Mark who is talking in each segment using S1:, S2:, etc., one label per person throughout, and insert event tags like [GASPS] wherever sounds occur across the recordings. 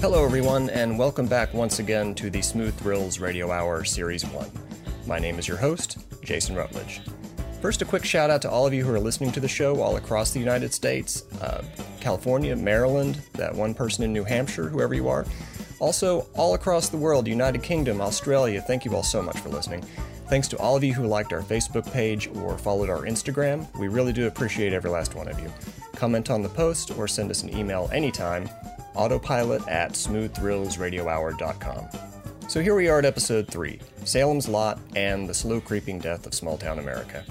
S1: Hello, everyone, and welcome back once again to the Smooth Thrills Radio Hour Series 1. My name is your host, Jason Rutledge. First, a quick shout out to all of you who are listening to the show all across the United States uh, California, Maryland, that one person in New Hampshire, whoever you are. Also, all across the world, United Kingdom, Australia, thank you all so much for listening. Thanks to all of you who liked our Facebook page or followed our Instagram. We really do appreciate every last one of you. Comment on the post or send us an email anytime autopilot at smooththrillsradiohour.com. So here we are at episode 3 Salem's Lot and the Slow Creeping Death of Small Town America.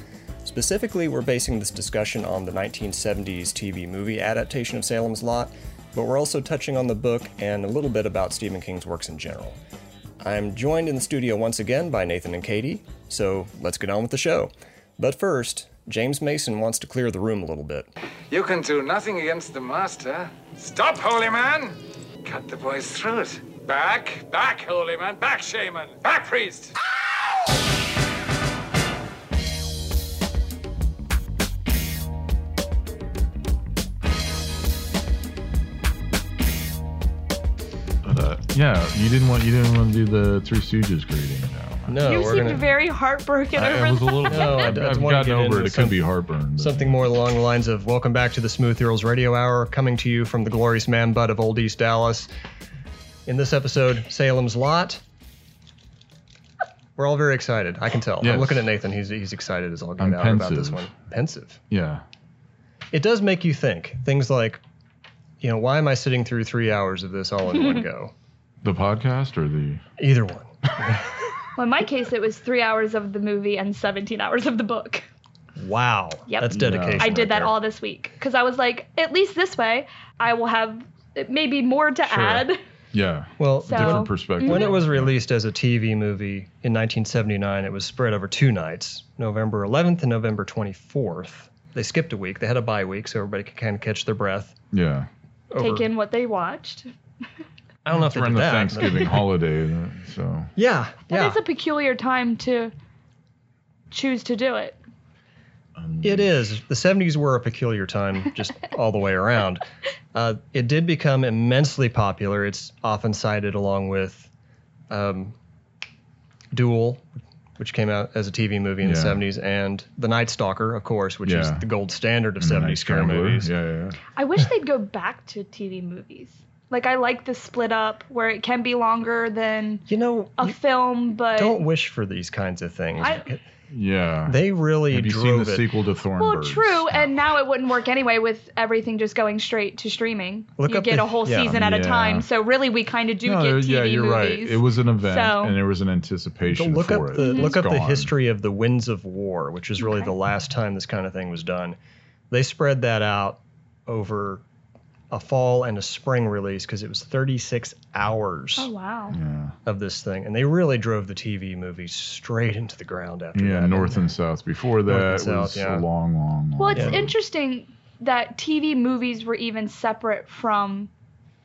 S1: Specifically, we're basing this discussion on the 1970s TV movie adaptation of Salem's Lot, but we're also touching on the book and a little bit about Stephen King's works in general. I'm joined in the studio once again by Nathan and Katie, so let's get on with the show. But first, James Mason wants to clear the room a little bit.
S2: You can do nothing against the master. Stop, holy man! Cut the boy's throat. Back, back, holy man, back, shaman, back, priest!
S3: But, uh, yeah, you didn't want you didn't want to do the Three Stooges greeting. No,
S1: No,
S4: you
S1: we're
S4: seemed
S1: gonna
S4: very heartbroken
S3: I, I
S4: over
S3: was a
S4: that.
S3: little.
S1: [LAUGHS] No, I- I
S3: I've
S1: wanna get
S3: gotten over
S1: into
S3: it. It
S1: some-
S3: could be heartburn. but-
S1: Something more along the lines of Welcome back to the Smooth Heroes Radio Hour, coming to you from the glorious man butt of Old East Dallas. In this episode, Salem's Lot. We're all very excited. I can tell. I'm
S3: Yes.
S1: looking at Nathan. He's, he's excited as all get
S3: I'm
S1: out about this
S3: pensive.
S1: one. Pensive.
S3: Yeah.
S1: It does make you think. Things like, you know, why am I sitting through three hours of this all in
S3: [LAUGHS]
S1: one go?
S3: The podcast or the
S1: Either one.
S4: Well, in my case, it was three hours of the movie and 17 hours of the book.
S1: Wow.
S4: Yep.
S1: That's
S3: Yeah.
S1: dedication.
S4: I
S1: right
S4: did that
S1: there.
S4: all this week because I was like, at least this way, I will have maybe more to add.
S3: yeah
S1: Well,
S4: So-
S3: different perspective.
S1: When it
S4: Mm-hmm.
S1: was released as a TV movie in 1979, it was spread over two nights, November 11th and November 24th. They skipped a week. They had a bye week, so everybody could kind of catch their breath.
S3: yeah,
S1: Over,
S4: Take in what they watched.
S1: I don't know if they
S3: during
S1: did
S3: the
S1: that. but- [LAUGHS]
S3: Thanksgiving holiday. uh, So
S1: Yeah,
S4: That
S1: yeah.
S4: is a peculiar time to choose to do it.
S1: It is. The 70s were a peculiar time,
S4: [LAUGHS]
S1: just all the way around. Uh, it did become immensely popular. It's often cited along with um, Duel, which came out as a TV movie in the
S3: Yeah.
S1: 70s, and The Night Stalker, of course, which is
S3: Yeah.
S1: the gold standard of
S3: And the
S1: 70s
S3: night
S1: scare
S3: scrambler.
S1: movies.
S3: Yeah, yeah, yeah.
S1: [LAUGHS]
S4: I wish they'd go back to TV movies. Like, I like the split up where it can be longer than
S1: You know,
S4: a
S1: you
S4: film, but.
S1: don't wish for these kinds of things.
S4: I-
S3: yeah.
S1: they really
S3: Have you
S1: drove
S3: seen the
S1: it.
S3: sequel to Thornburg?
S4: Well, true, and now it wouldn't work anyway with everything just going straight to streaming.
S1: Look
S4: you
S1: up
S4: get
S1: the-
S4: a whole
S1: yeah.
S4: season at
S3: Yeah.
S4: a time, so really we kind of do
S3: no,
S4: get TV
S3: yeah, you're
S4: movies.
S3: right. It was an event,
S4: So-
S3: and there was an anticipation
S1: look
S3: for
S1: up
S3: it.
S1: the
S3: It's
S1: look up the
S3: gone.
S1: history of the Winds of War, which is really
S4: Okay.
S1: the last time this kind of thing was done. They spread that out over a fall and a spring release because it was 36 hours
S4: oh wow,
S3: Yeah,
S1: of this thing, and they really drove the TV movie straight into the ground after
S3: yeah.
S1: that.
S3: North and south. Before that
S1: and
S3: was
S1: south, yeah.
S3: a long, long. long
S4: Well, it's
S3: road.
S4: interesting that TV movies were even separate from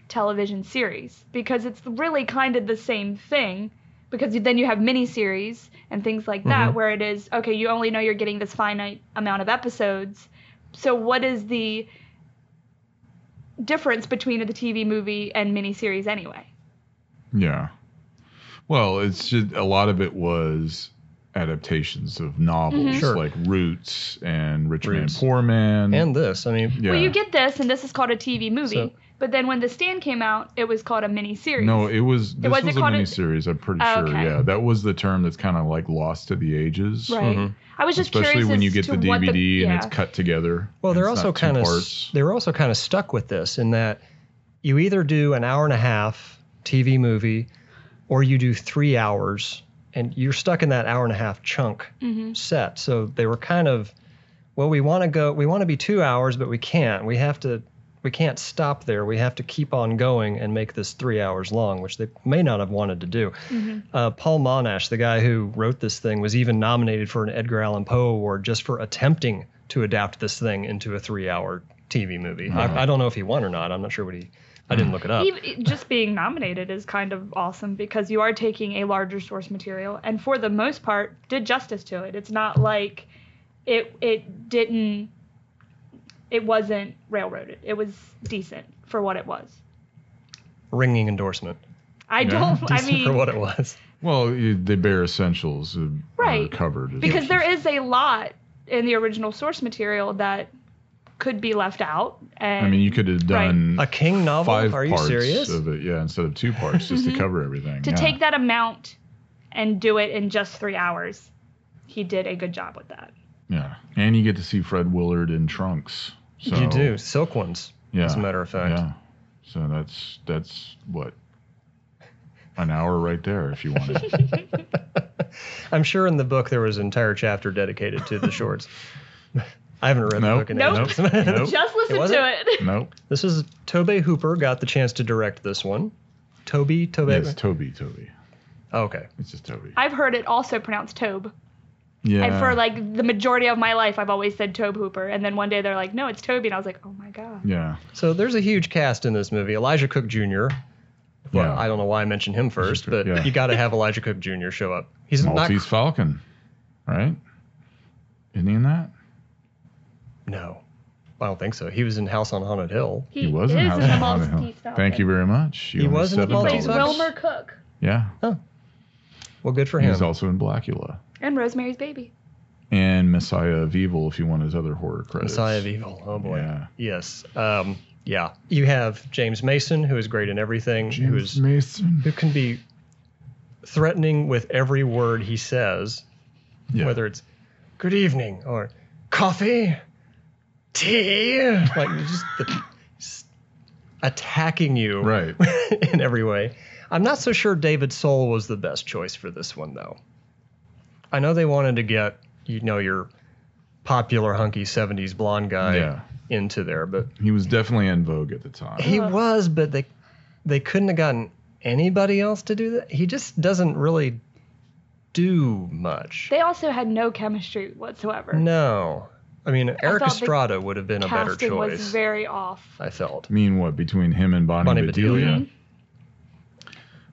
S4: television series because it's really kind of the same thing. Because then you have miniseries and things like
S3: Mm-hmm.
S4: that, where it is okay, you only know you're getting this finite amount of episodes. So, what is the difference between the TV movie and miniseries anyway?
S3: Yeah. Well, it's just a lot of it was adaptations of novels
S4: Mm-hmm.
S1: Sure.
S3: like Roots and Rich
S1: Roots.
S3: Man Poor Man.
S1: And this, I mean,
S3: yeah.
S4: Well, you get this, and this is called a TV movie.
S1: So-
S4: but then when The Stand came out, it was called a miniseries.
S3: no, it was this
S4: wasn't
S3: was a
S4: called a-
S3: miniseries. I'm pretty
S4: Oh,
S3: sure.
S4: okay.
S3: Yeah, that was the term that's kind of like lost to the ages.
S4: right? I was just
S3: Mm-hmm. Especially
S4: curious
S3: when
S4: as
S3: you get
S4: to
S3: the
S4: what
S3: DVD and
S4: yeah.
S3: it's cut together.
S1: well, they're
S3: It's not
S1: also
S3: two
S1: kind of
S3: parts.
S1: they're also kind of stuck with this in that you either do an hour and a half TV movie, or you do three hours, and you're stuck in that hour and a half chunk
S4: Mm-hmm.
S1: set. So they were kind of, well, we want to go, we want to be two hours, but we can't. We have to, we can't stop there. We have to keep on going and make this three hours long, which they may not have wanted to do.
S4: Mm-hmm.
S1: Uh, Paul Monash, the guy who wrote this thing, was even nominated for an Edgar Allan Poe Award just for attempting to adapt this thing into a three-hour TV movie. I, I don't know if he won or not. I'm not sure what he. I didn't look it up.
S4: Even- just being nominated is kind of awesome because you are taking a larger source material and for the most part did justice to it. It's not like it it didn't it wasn't railroaded. It was decent for what it was.
S1: ringing endorsement
S4: I
S3: Yeah.
S1: [LAUGHS]
S4: don't. I
S1: for
S4: mean,
S1: what it was.
S3: Well, you, the bare essentials are,
S4: Right.
S3: are covered.
S4: because there is a lot in the original source material that could be left out. And
S3: I mean, you could have
S4: Right.
S3: done
S1: A King novel?
S3: five
S1: Are you
S3: parts
S1: serious?
S3: of it, yeah, instead of two parts, just to cover everything.
S4: Mm-hmm. to
S3: yeah.
S4: take that amount and do it in just three hours, he did a good job with that.
S3: Yeah, and you get to see Fred Willard in trunks. So,
S1: you do silk ones,
S3: Yeah.
S1: as a matter of fact.
S3: Yeah. So that's that's what an hour right there if you
S1: [LAUGHS]
S3: want it.
S1: I'm sure in the book there was an entire chapter dedicated to
S3: [LAUGHS]
S1: the shorts. [LAUGHS] I haven't read
S3: Nope.
S1: the book in
S4: Nope.
S1: ages.
S3: nope.
S4: Just listen
S1: It wasn't-
S4: to it.
S3: Nope.
S1: [LAUGHS] This is Tobey Hooper got the chance to direct this one. Toby, Tobey.
S3: It's Toby. Toby.
S1: Oh, okay.
S3: It's just Toby.
S4: I've heard it also pronounced Tobe.
S3: Yeah.
S4: And for like the majority of my life, I've always said Tobe Hooper. And then one day they're like, no, it's Toby. And I was like, oh my God.
S3: yeah.
S1: So there's a huge cast in this movie. Elijah Cook Jr. Well,
S3: Yeah.
S1: I don't know why I mentioned him first, but
S3: yeah.
S1: you got to have Elijah Cook Jr. show up. He's
S3: Maltese Falcon, right? Isn't he in that?
S1: not. No, I don't think so. He was in House on Haunted Hill.
S3: He, was in House on Haunted Hill.
S4: Maltese Falcon.
S3: Thank you very much. You
S1: He
S3: owe me
S1: was in the
S3: seven
S1: Maltese
S4: Plays
S1: Falcon.
S3: dollars.
S4: Wilmer Cook
S3: Yeah.
S1: Well, good for him.
S3: He's also in Blackula
S4: and Rosemary's Baby.
S3: and Messiah of Evil if you want his other horror credits.
S1: Messiah of Evil. Oh boy.
S3: Yeah.
S1: Yes. Um, yeah. You have James Mason, who is great in everything, who
S3: James
S1: is
S3: Mason.
S1: who can be threatening with every word he says,
S3: Yeah.
S1: whether it's good evening or coffee, tea, [LAUGHS] like just, the, just attacking you
S3: right.
S1: [LAUGHS] in every way. I'm not so sure David Soul was the best choice for this one, though. I know they wanted to get, you know, your popular hunky 70s blonde guy
S3: Yeah.
S1: into there, but
S3: He was definitely in vogue at the time.
S1: he was, but they they couldn't have gotten anybody else to do that. He just doesn't really do much.
S4: They also had no chemistry whatsoever.
S1: No. I mean, Eric
S4: thought the
S1: Estrada would have been a better
S4: Casting
S1: choice,
S4: was very off.
S1: I felt.
S3: I mean, what between him and Bonnie,
S1: Bonnie
S3: Bedelia?
S1: Bedelia.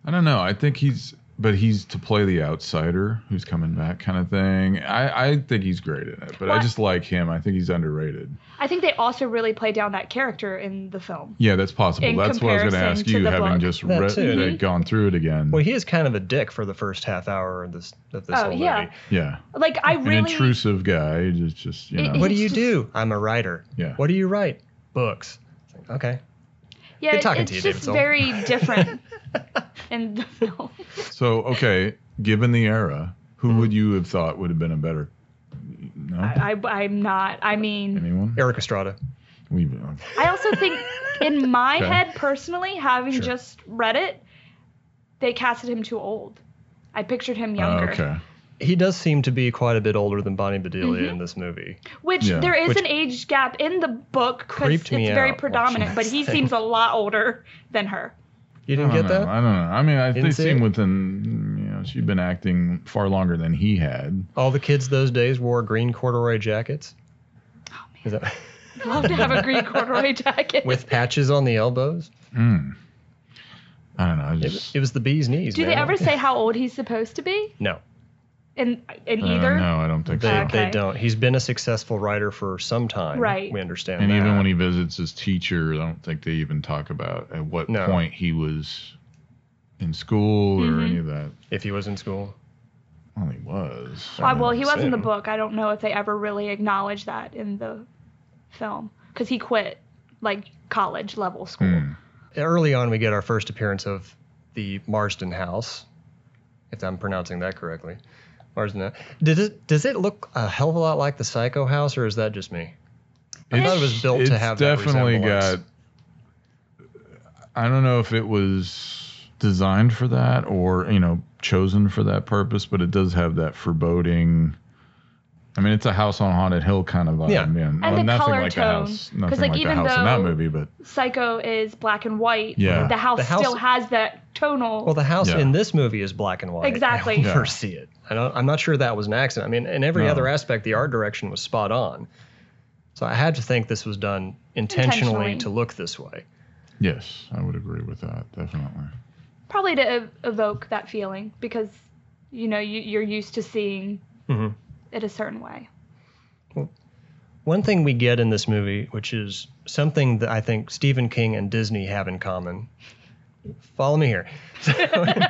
S3: I don't know. I think he's, but he's to play the outsider who's coming back, kind of thing. I, I think he's great in it, but I
S4: What?
S3: just like him. I think he's underrated.
S4: I think they also really played down that character in the film.
S3: Yeah, that's possible.
S4: In
S3: that's what I was going to
S4: comparison
S3: ask
S4: to
S3: you,
S4: the
S3: having
S4: book.
S3: just
S1: That
S3: read,
S1: too.
S3: uh, gone through it again.
S1: Well, he is kind of a dick for the first half hour of this of this
S4: Oh,
S1: whole
S4: yeah.
S1: movie.
S3: yeah,
S4: Like I
S3: an
S4: really
S3: intrusive guy. Just, just you
S4: It-
S3: know,
S1: What
S4: it-
S1: do you
S4: It's
S1: do? I'm a writer.
S3: Yeah.
S1: What do you write? Books. It's like, Okay.
S4: yeah,
S1: Good
S4: it-
S1: talking
S4: it's
S1: to you,
S4: just
S1: David Soul.
S4: very
S1: [LAUGHS]
S4: different in the film.
S3: So, okay, given the era, who would you have thought would have been a better? No,
S4: I, I I'm not. I mean,
S3: anyone?
S1: Eric Estrada.
S3: We, uh,
S4: I also think
S1: [LAUGHS]
S4: in my
S3: Okay.
S4: head personally, having
S3: Sure.
S4: just read it, they casted him too old. I pictured him
S3: uh,
S1: Oh,
S4: younger.
S3: okay,
S1: He does seem to be quite a bit older than Bonnie Bedelia
S4: Mm-hmm.
S1: in this movie.
S4: Which
S3: Yeah.
S4: there is
S1: Which
S4: an age gap in the book because
S1: creeped
S4: it's
S1: me
S4: very
S1: out
S4: predominant,
S1: watching
S4: but
S1: this
S4: he
S1: thing.
S4: seems a lot older than her.
S1: You
S3: I
S1: didn't
S3: don't
S1: get
S3: know.
S1: that?
S3: I don't know. I mean, I, they
S1: Didn't see
S3: seem
S1: it?
S3: within. You know, she'd been acting far longer than he had.
S1: All the kids those days wore green corduroy jackets. Oh, man. Is that,
S4: Love to have
S1: [LAUGHS]
S4: a green corduroy jacket.
S1: with patches on the elbows.
S3: Mm. I don't know. I
S1: It,
S3: just
S1: it was the bee's knees.
S4: Do they
S1: man.
S4: ever say how old he's supposed to be?
S1: [LAUGHS] No,
S4: In in
S3: uh,
S4: either?
S3: no, I don't think
S1: they,
S3: so.
S4: Ah, Okay.
S1: they don't. He's been a successful writer for some time.
S4: Right.
S1: We understand
S3: And
S1: that.
S3: even when he visits his teacher, I don't think they even talk about at what
S1: No. Mm-hmm.
S3: point he was in school or any of that.
S1: if he was in school,
S3: Well, he was.
S4: Why- well, he was in the
S1: Same.
S4: book. I don't know if they ever really acknowledge that in the film because he quit like college level school.
S3: Hmm.
S1: early on we get our first appearance of the Marsden House, if I'm pronouncing that correctly. Marsden. House. Did it? Does it look a hell of a lot like the Psycho House, or is that just me? I thought it was built
S3: it's
S1: to have that
S3: definitely got.
S1: resemblance.
S3: I don't know if it was designed for that or you know chosen for that purpose, but it does have that foreboding. I mean, it's a house on haunted hill kind of vibe.
S1: Yeah.
S3: Yeah, and
S4: the
S3: nothing
S4: color
S3: like a
S4: tone,
S3: house,
S4: 'cause,
S3: nothing
S4: like,
S3: like, the
S4: even
S3: house in that
S4: though-
S3: movie, but
S4: Psycho is black and white.
S3: Yeah.
S4: The house,
S1: The house-
S4: still has that tonal.
S1: Well, the house
S3: Yeah.
S1: in this movie is black and white.
S4: Exactly.
S1: I
S4: Yeah.
S1: never see it. I don't, I'm not sure that was an accident. I mean, in every
S3: No.
S1: other aspect, the art direction was spot on. So I had to think this was done intentionally,
S4: Intentionally.
S1: to look this way.
S3: yes, I would agree with that definitely.
S4: probably to ev- evoke that feeling because you know you, you're used to seeing
S1: Mhm.
S4: it a certain way.
S1: One thing we get in this movie, which is something that I think Stephen King and Disney have in common, follow me here. So, [LAUGHS] and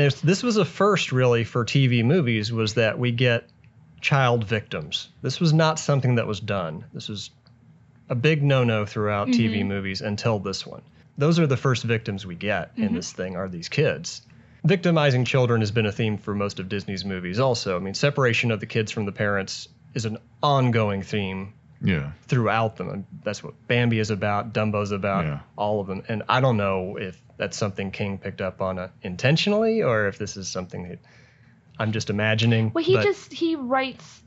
S1: it's, this was a first, really, for TV movies, was that we get child victims. This was not something that was done. This was a big no-no throughout TV movies until this one. Those are the first victims we get in this thing are these kids. Victimizing children has been a theme for most of Disney's movies also. I mean, separation of the kids from the parents is an ongoing theme
S3: Yeah.
S1: throughout them. And that's what Bambi is about, Dumbo's about,
S3: Yeah.
S1: all of them. And I don't know if that's something King picked up on uh, intentionally or if this is something that I'm just imagining.
S4: Well, he
S1: but-
S4: just he writes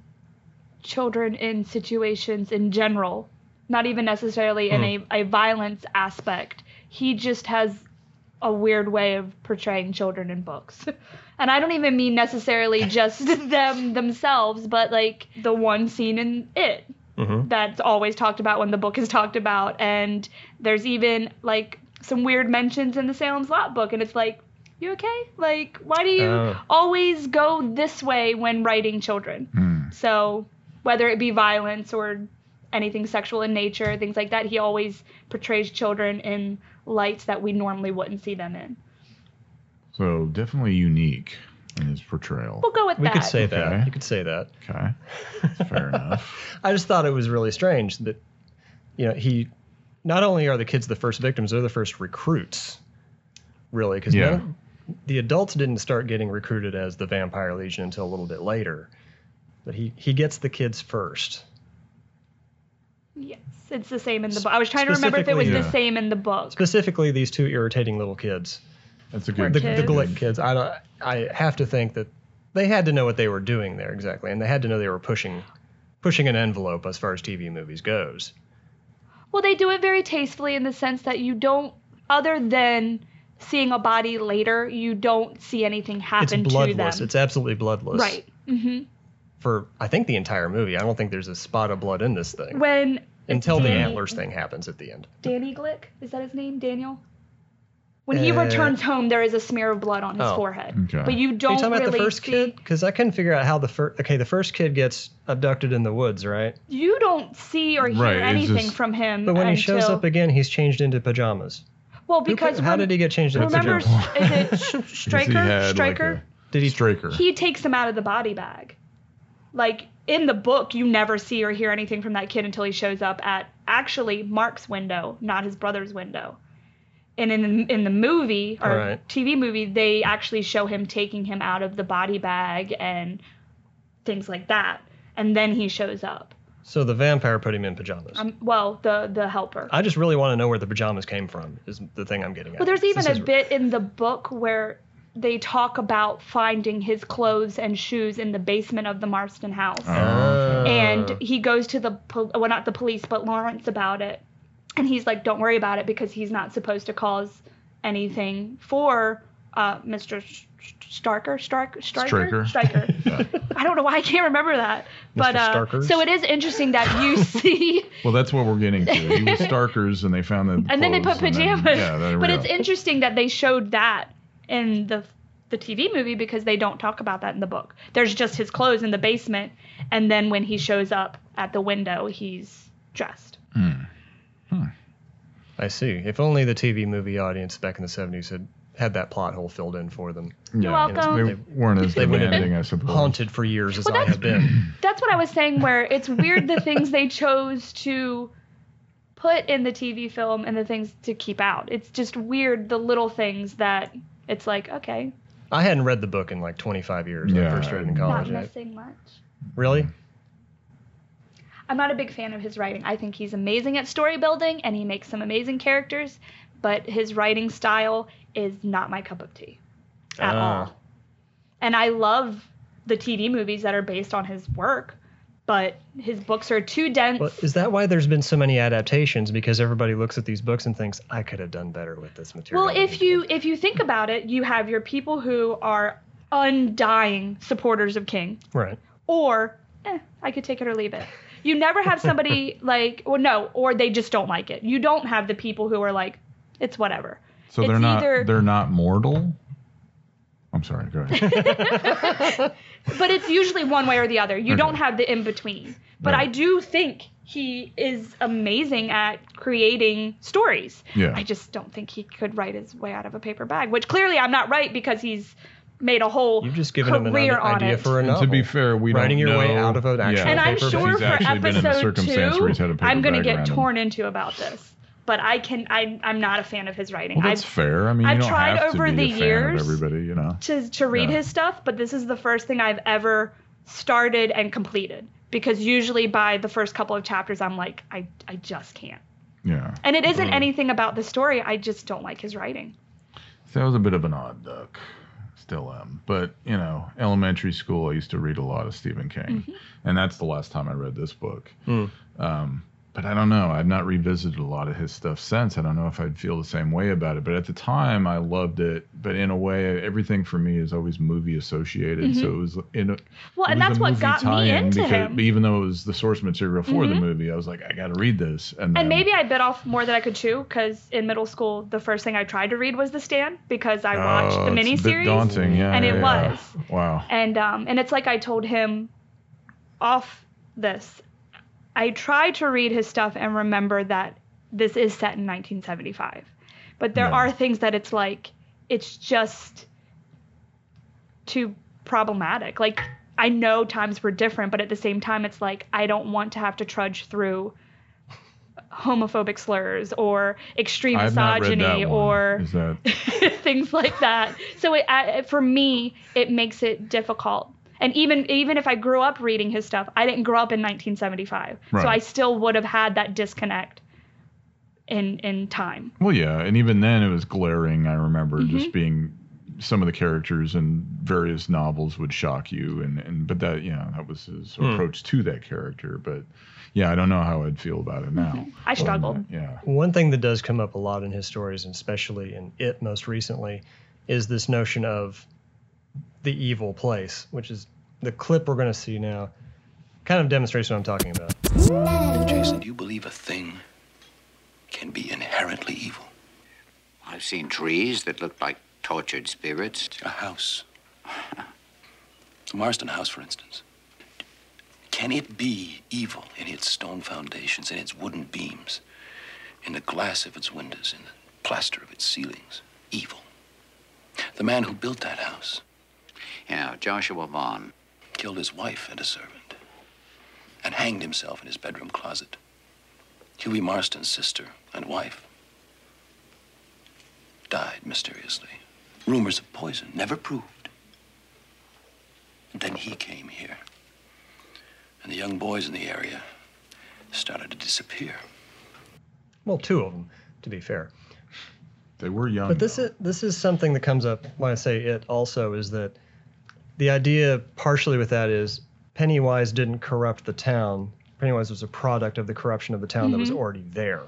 S4: children in situations in general, not even necessarily in a, a violence aspect. He just has a weird way of portraying children in books. [LAUGHS] And I don't even mean necessarily just [LAUGHS] them themselves, but like the one scene in it
S1: Mhm.
S4: that's always talked about when the book is talked about. And there's even like some weird mentions in the Salem's Lot book. And it's like, you okay? Like, why do you
S1: Oh.
S4: always go this way when writing children?
S3: Mm.
S4: So, whether it be violence or anything sexual in nature, things like that, he always portrays children in lights that we normally wouldn't see them in.
S3: So definitely unique in his portrayal.
S4: We'll go with
S1: we
S4: that.
S1: could say that.
S3: Okay.
S1: You could say that.
S3: Okay. That's fair enough.
S1: I just thought it was really strange that, you know, he not only are the kids the first victims, they're the first recruits, really, because
S3: Yeah.
S1: the adults didn't start getting recruited as the Vampire Legion until a little bit later. But he, he gets the kids first.
S4: Yes, it's the same in the book. I was trying to remember if it was
S1: Specifically-
S4: the
S3: Yeah.
S4: same in the book.
S1: Specifically, these two irritating little kids,
S3: That's a
S1: the,
S3: good.
S1: the
S4: Kids.
S1: Glick kids. I don't. I have to think that they had to know what they were doing there exactly, and they had to know they were pushing, pushing an envelope as far as TV movies goes.
S4: Well, they do it very tastefully in the sense that you don't, other than seeing a body later, you don't see anything
S1: It's
S4: happen to them.
S1: bloodless. It's absolutely bloodless.
S4: right. hmm
S1: for I think the entire movie. I don't think there's a spot of blood in this thing
S4: When
S1: until the
S4: Danny-
S1: antlers thing happens at the end.
S4: Danny Glick, is that his name? Daniel? When he
S1: Uh,
S4: returns home, there is a smear of blood on his
S1: oh.
S4: forehead.
S3: Okay.
S4: But you
S1: Are
S4: don't
S1: you talking
S4: really
S1: about the first
S4: see,
S1: kid? Because I couldn't figure out how the first. Okay, the first kid gets abducted in the woods, right?
S4: You don't see or hear
S3: Right, it's
S4: anything
S3: just-
S4: from him.
S1: But when
S4: until,
S1: he shows up again, he's changed into pajamas.
S4: well,
S1: Who
S4: because
S1: put- how
S4: when-
S1: did he get changed into
S4: remember,
S1: pajamas?
S4: is
S3: pajamas?
S4: it
S1: [LAUGHS]
S4: Sh-
S3: Because he had, like,
S4: Striker? Striker?
S3: a-
S1: Did he?
S3: Straker.
S4: he takes him out of the body bag. Like in the book, you never see or hear anything from that kid until he shows up at actually Mark's window, not his brother's window. And in the, in the movie or
S1: Alright.
S4: TV movie, they actually show him taking him out of the body bag and things like that. And then he shows up.
S1: So the vampire put him in pajamas.
S4: Um, well, the the helper.
S1: I just really want to know where the pajamas came from. Is the thing I'm getting at.
S4: Well, there's
S1: This
S4: even
S1: is-
S4: a bit in the book where they talk about finding his clothes and shoes in the basement of the Marston house.
S3: Oh, okay.
S4: and he goes to the pol- well not the police but lawrence about it and he's like don't worry about it because he's not supposed to cause anything for uh, mr Sh- Sh- starker stark
S3: Stryker.
S4: striker striker i don't know why i can't remember that but uh,
S1: Starkers?
S4: so it is interesting that you [LAUGHS] see
S3: Well, that's what we're getting to. He was Starkers, and they found the.
S4: [LAUGHS] and then they
S3: clothes,
S4: put
S3: and then-
S4: pajamas
S3: yeah, there we
S4: [LAUGHS] but
S3: go.
S4: it's interesting that they showed that in the the tv movie because they don't talk about that in the book there's just his clothes in the basement and then when he shows up at the window he's dressed
S1: I see. If only the TV movie audience back in the '70s had had that plot hole filled in for them.
S3: You're
S4: welcome.
S3: They weren't as
S1: They would've been
S3: demanding, I suppose.
S1: Haunted for years as
S4: Well,
S1: I
S4: that's-
S1: have been.
S4: that's what I was saying. Where it's weird the things they chose to put in the TV film and the things to keep out. It's just weird the little things that it's like okay,
S1: I hadn't read the book in like 25 years. when I
S3: Yeah.
S1: first read it in
S4: not
S1: college. I-
S4: missing much.
S1: Really?
S4: I'm not a big fan of his writing. I think he's amazing at story building and he makes some amazing characters, but his writing style is not my cup of tea at
S1: Ah.
S4: all. And I love the TV movies that are based on his work, but his books are too dense.
S1: Well, is that why there's been so many adaptations? Because everybody looks at these books and thinks, I could have done better with this material.
S4: Well, if you if you think about it, you have your people who are undying supporters of King,
S1: Right.
S4: or eh, I could take it or leave it. You never have
S1: [LAUGHS]
S4: somebody like, well, no, or they just don't like it. You don't have the people who are like, it's whatever.
S3: So
S4: It's
S3: they're not
S4: either-
S3: they're not mortal. I'm sorry. Go ahead.
S4: but it's usually one way or the other. You
S3: Okay.
S1: Mm-hmm.
S4: don't have the in between. But
S3: Right.
S4: I do think he is amazing at creating stories.
S3: Yeah.
S4: I just don't think he could write his way out of a paper bag, which clearly I'm not right because he's made a whole
S1: You've just given him an
S4: career on
S1: idea
S4: it.
S1: for a
S3: And
S1: novel.
S3: to be fair, we
S1: Writing
S3: don't
S1: your way
S3: know-
S1: out of an
S3: yeah.
S1: actual
S4: and I'm
S1: paper
S4: sure
S1: bag.
S3: He's
S4: for
S3: actually been in a
S4: episode
S3: circumstance where he's had a
S4: two,
S3: paper
S4: I'm gonna
S3: bag
S4: get
S3: around him.
S4: torn into about this. But I can, I, I'm not a fan of his writing.
S3: Well, that's
S4: I've
S3: fair. I mean,
S4: I've
S3: you don't
S4: tried
S3: have
S4: over
S3: to be
S4: the
S3: a
S4: years
S3: fan of everybody, you know.
S4: to to read
S3: Yeah.
S4: his stuff, but this is the first thing I've ever started and completed because usually by the first couple of chapters I'm like I I just can't.
S3: Yeah.
S4: And it isn't anything about the story, I just don't like his writing.
S3: So I was a bit of an odd duck. Still am. But, you know, elementary school, I used to read a lot of Stephen King.
S4: Mm-hmm.
S3: And that's the last time I read this book.
S1: Hmm.
S3: Um, but I don't know. I've not revisited a lot of his stuff since. I don't know if I'd feel the same way about it. But at the time, I loved it. But in a way, everything for me is always movie associated. So it was in a,
S4: Mm-hmm. Well,
S3: it was
S4: and that's
S3: a
S4: what
S3: movie
S4: got me
S3: tie-in
S4: into
S3: because-
S4: him. Mm-hmm.
S3: Even though it was the source material for the movie, I was like, I got to read this. And,
S4: And
S3: then-
S4: maybe I bit off more than I could chew because in middle school, the first thing I tried to read was The Stand because I watched
S3: Oh,
S4: the
S3: it's a bit
S4: miniseries.
S3: daunting, yeah,
S4: and it
S3: yeah, yeah.
S4: was.
S3: Wow.
S4: And um, and it's like I told him off this. I try to read his stuff and remember that this is set in 1975, but there
S3: Yeah.
S4: are things that it's like it's just too problematic. Like I know times were different, but at the same time, it's like I don't want to have to trudge through homophobic slurs or extreme
S3: I've not read that
S4: misogyny
S3: one.
S4: or
S3: Is that
S4: [LAUGHS] things like that. So it, I, for me, it makes it difficult. And even even if I grew up reading his stuff, I didn't grow up in 1975,
S3: Right.
S4: so I still would have had that disconnect in in time.
S3: Well, yeah, and even then it was glaring. I remember
S4: Mm-hmm.
S3: just being some of the characters in various novels would shock you, and, and but that yeah, that was his
S4: Hmm.
S3: approach to that character. But yeah, I don't know how I'd feel about it now.
S4: I struggled.
S3: Um, yeah,
S1: One thing that does come up a lot in his stories, and especially in it most recently, is this notion of the evil place, which is the clip we're going to see now. Kind of demonstrates what I'm talking about.
S5: Jason, do you believe a thing can be inherently evil?
S6: I've seen trees that looked like tortured spirits.
S5: A house. The Marston House, for instance. Can it be evil in its stone foundations, in its wooden beams, in the glass of its windows, in the plaster of its ceilings? Evil. The man who built that house
S6: Yeah, Joshua Vaughn.
S5: killed his wife and a servant and hanged himself in his bedroom closet. Hughie Marston's sister and wife died mysteriously. Rumors of poison, never proved. And then he came here. And the young boys in the area started to disappear.
S1: Well, two of them, to be fair.
S3: they were young.
S1: But this is this is something that comes up when I say it. Also, is that the idea partially with that is Pennywise didn't corrupt the town. Pennywise was a product of the corruption of the town that was already there.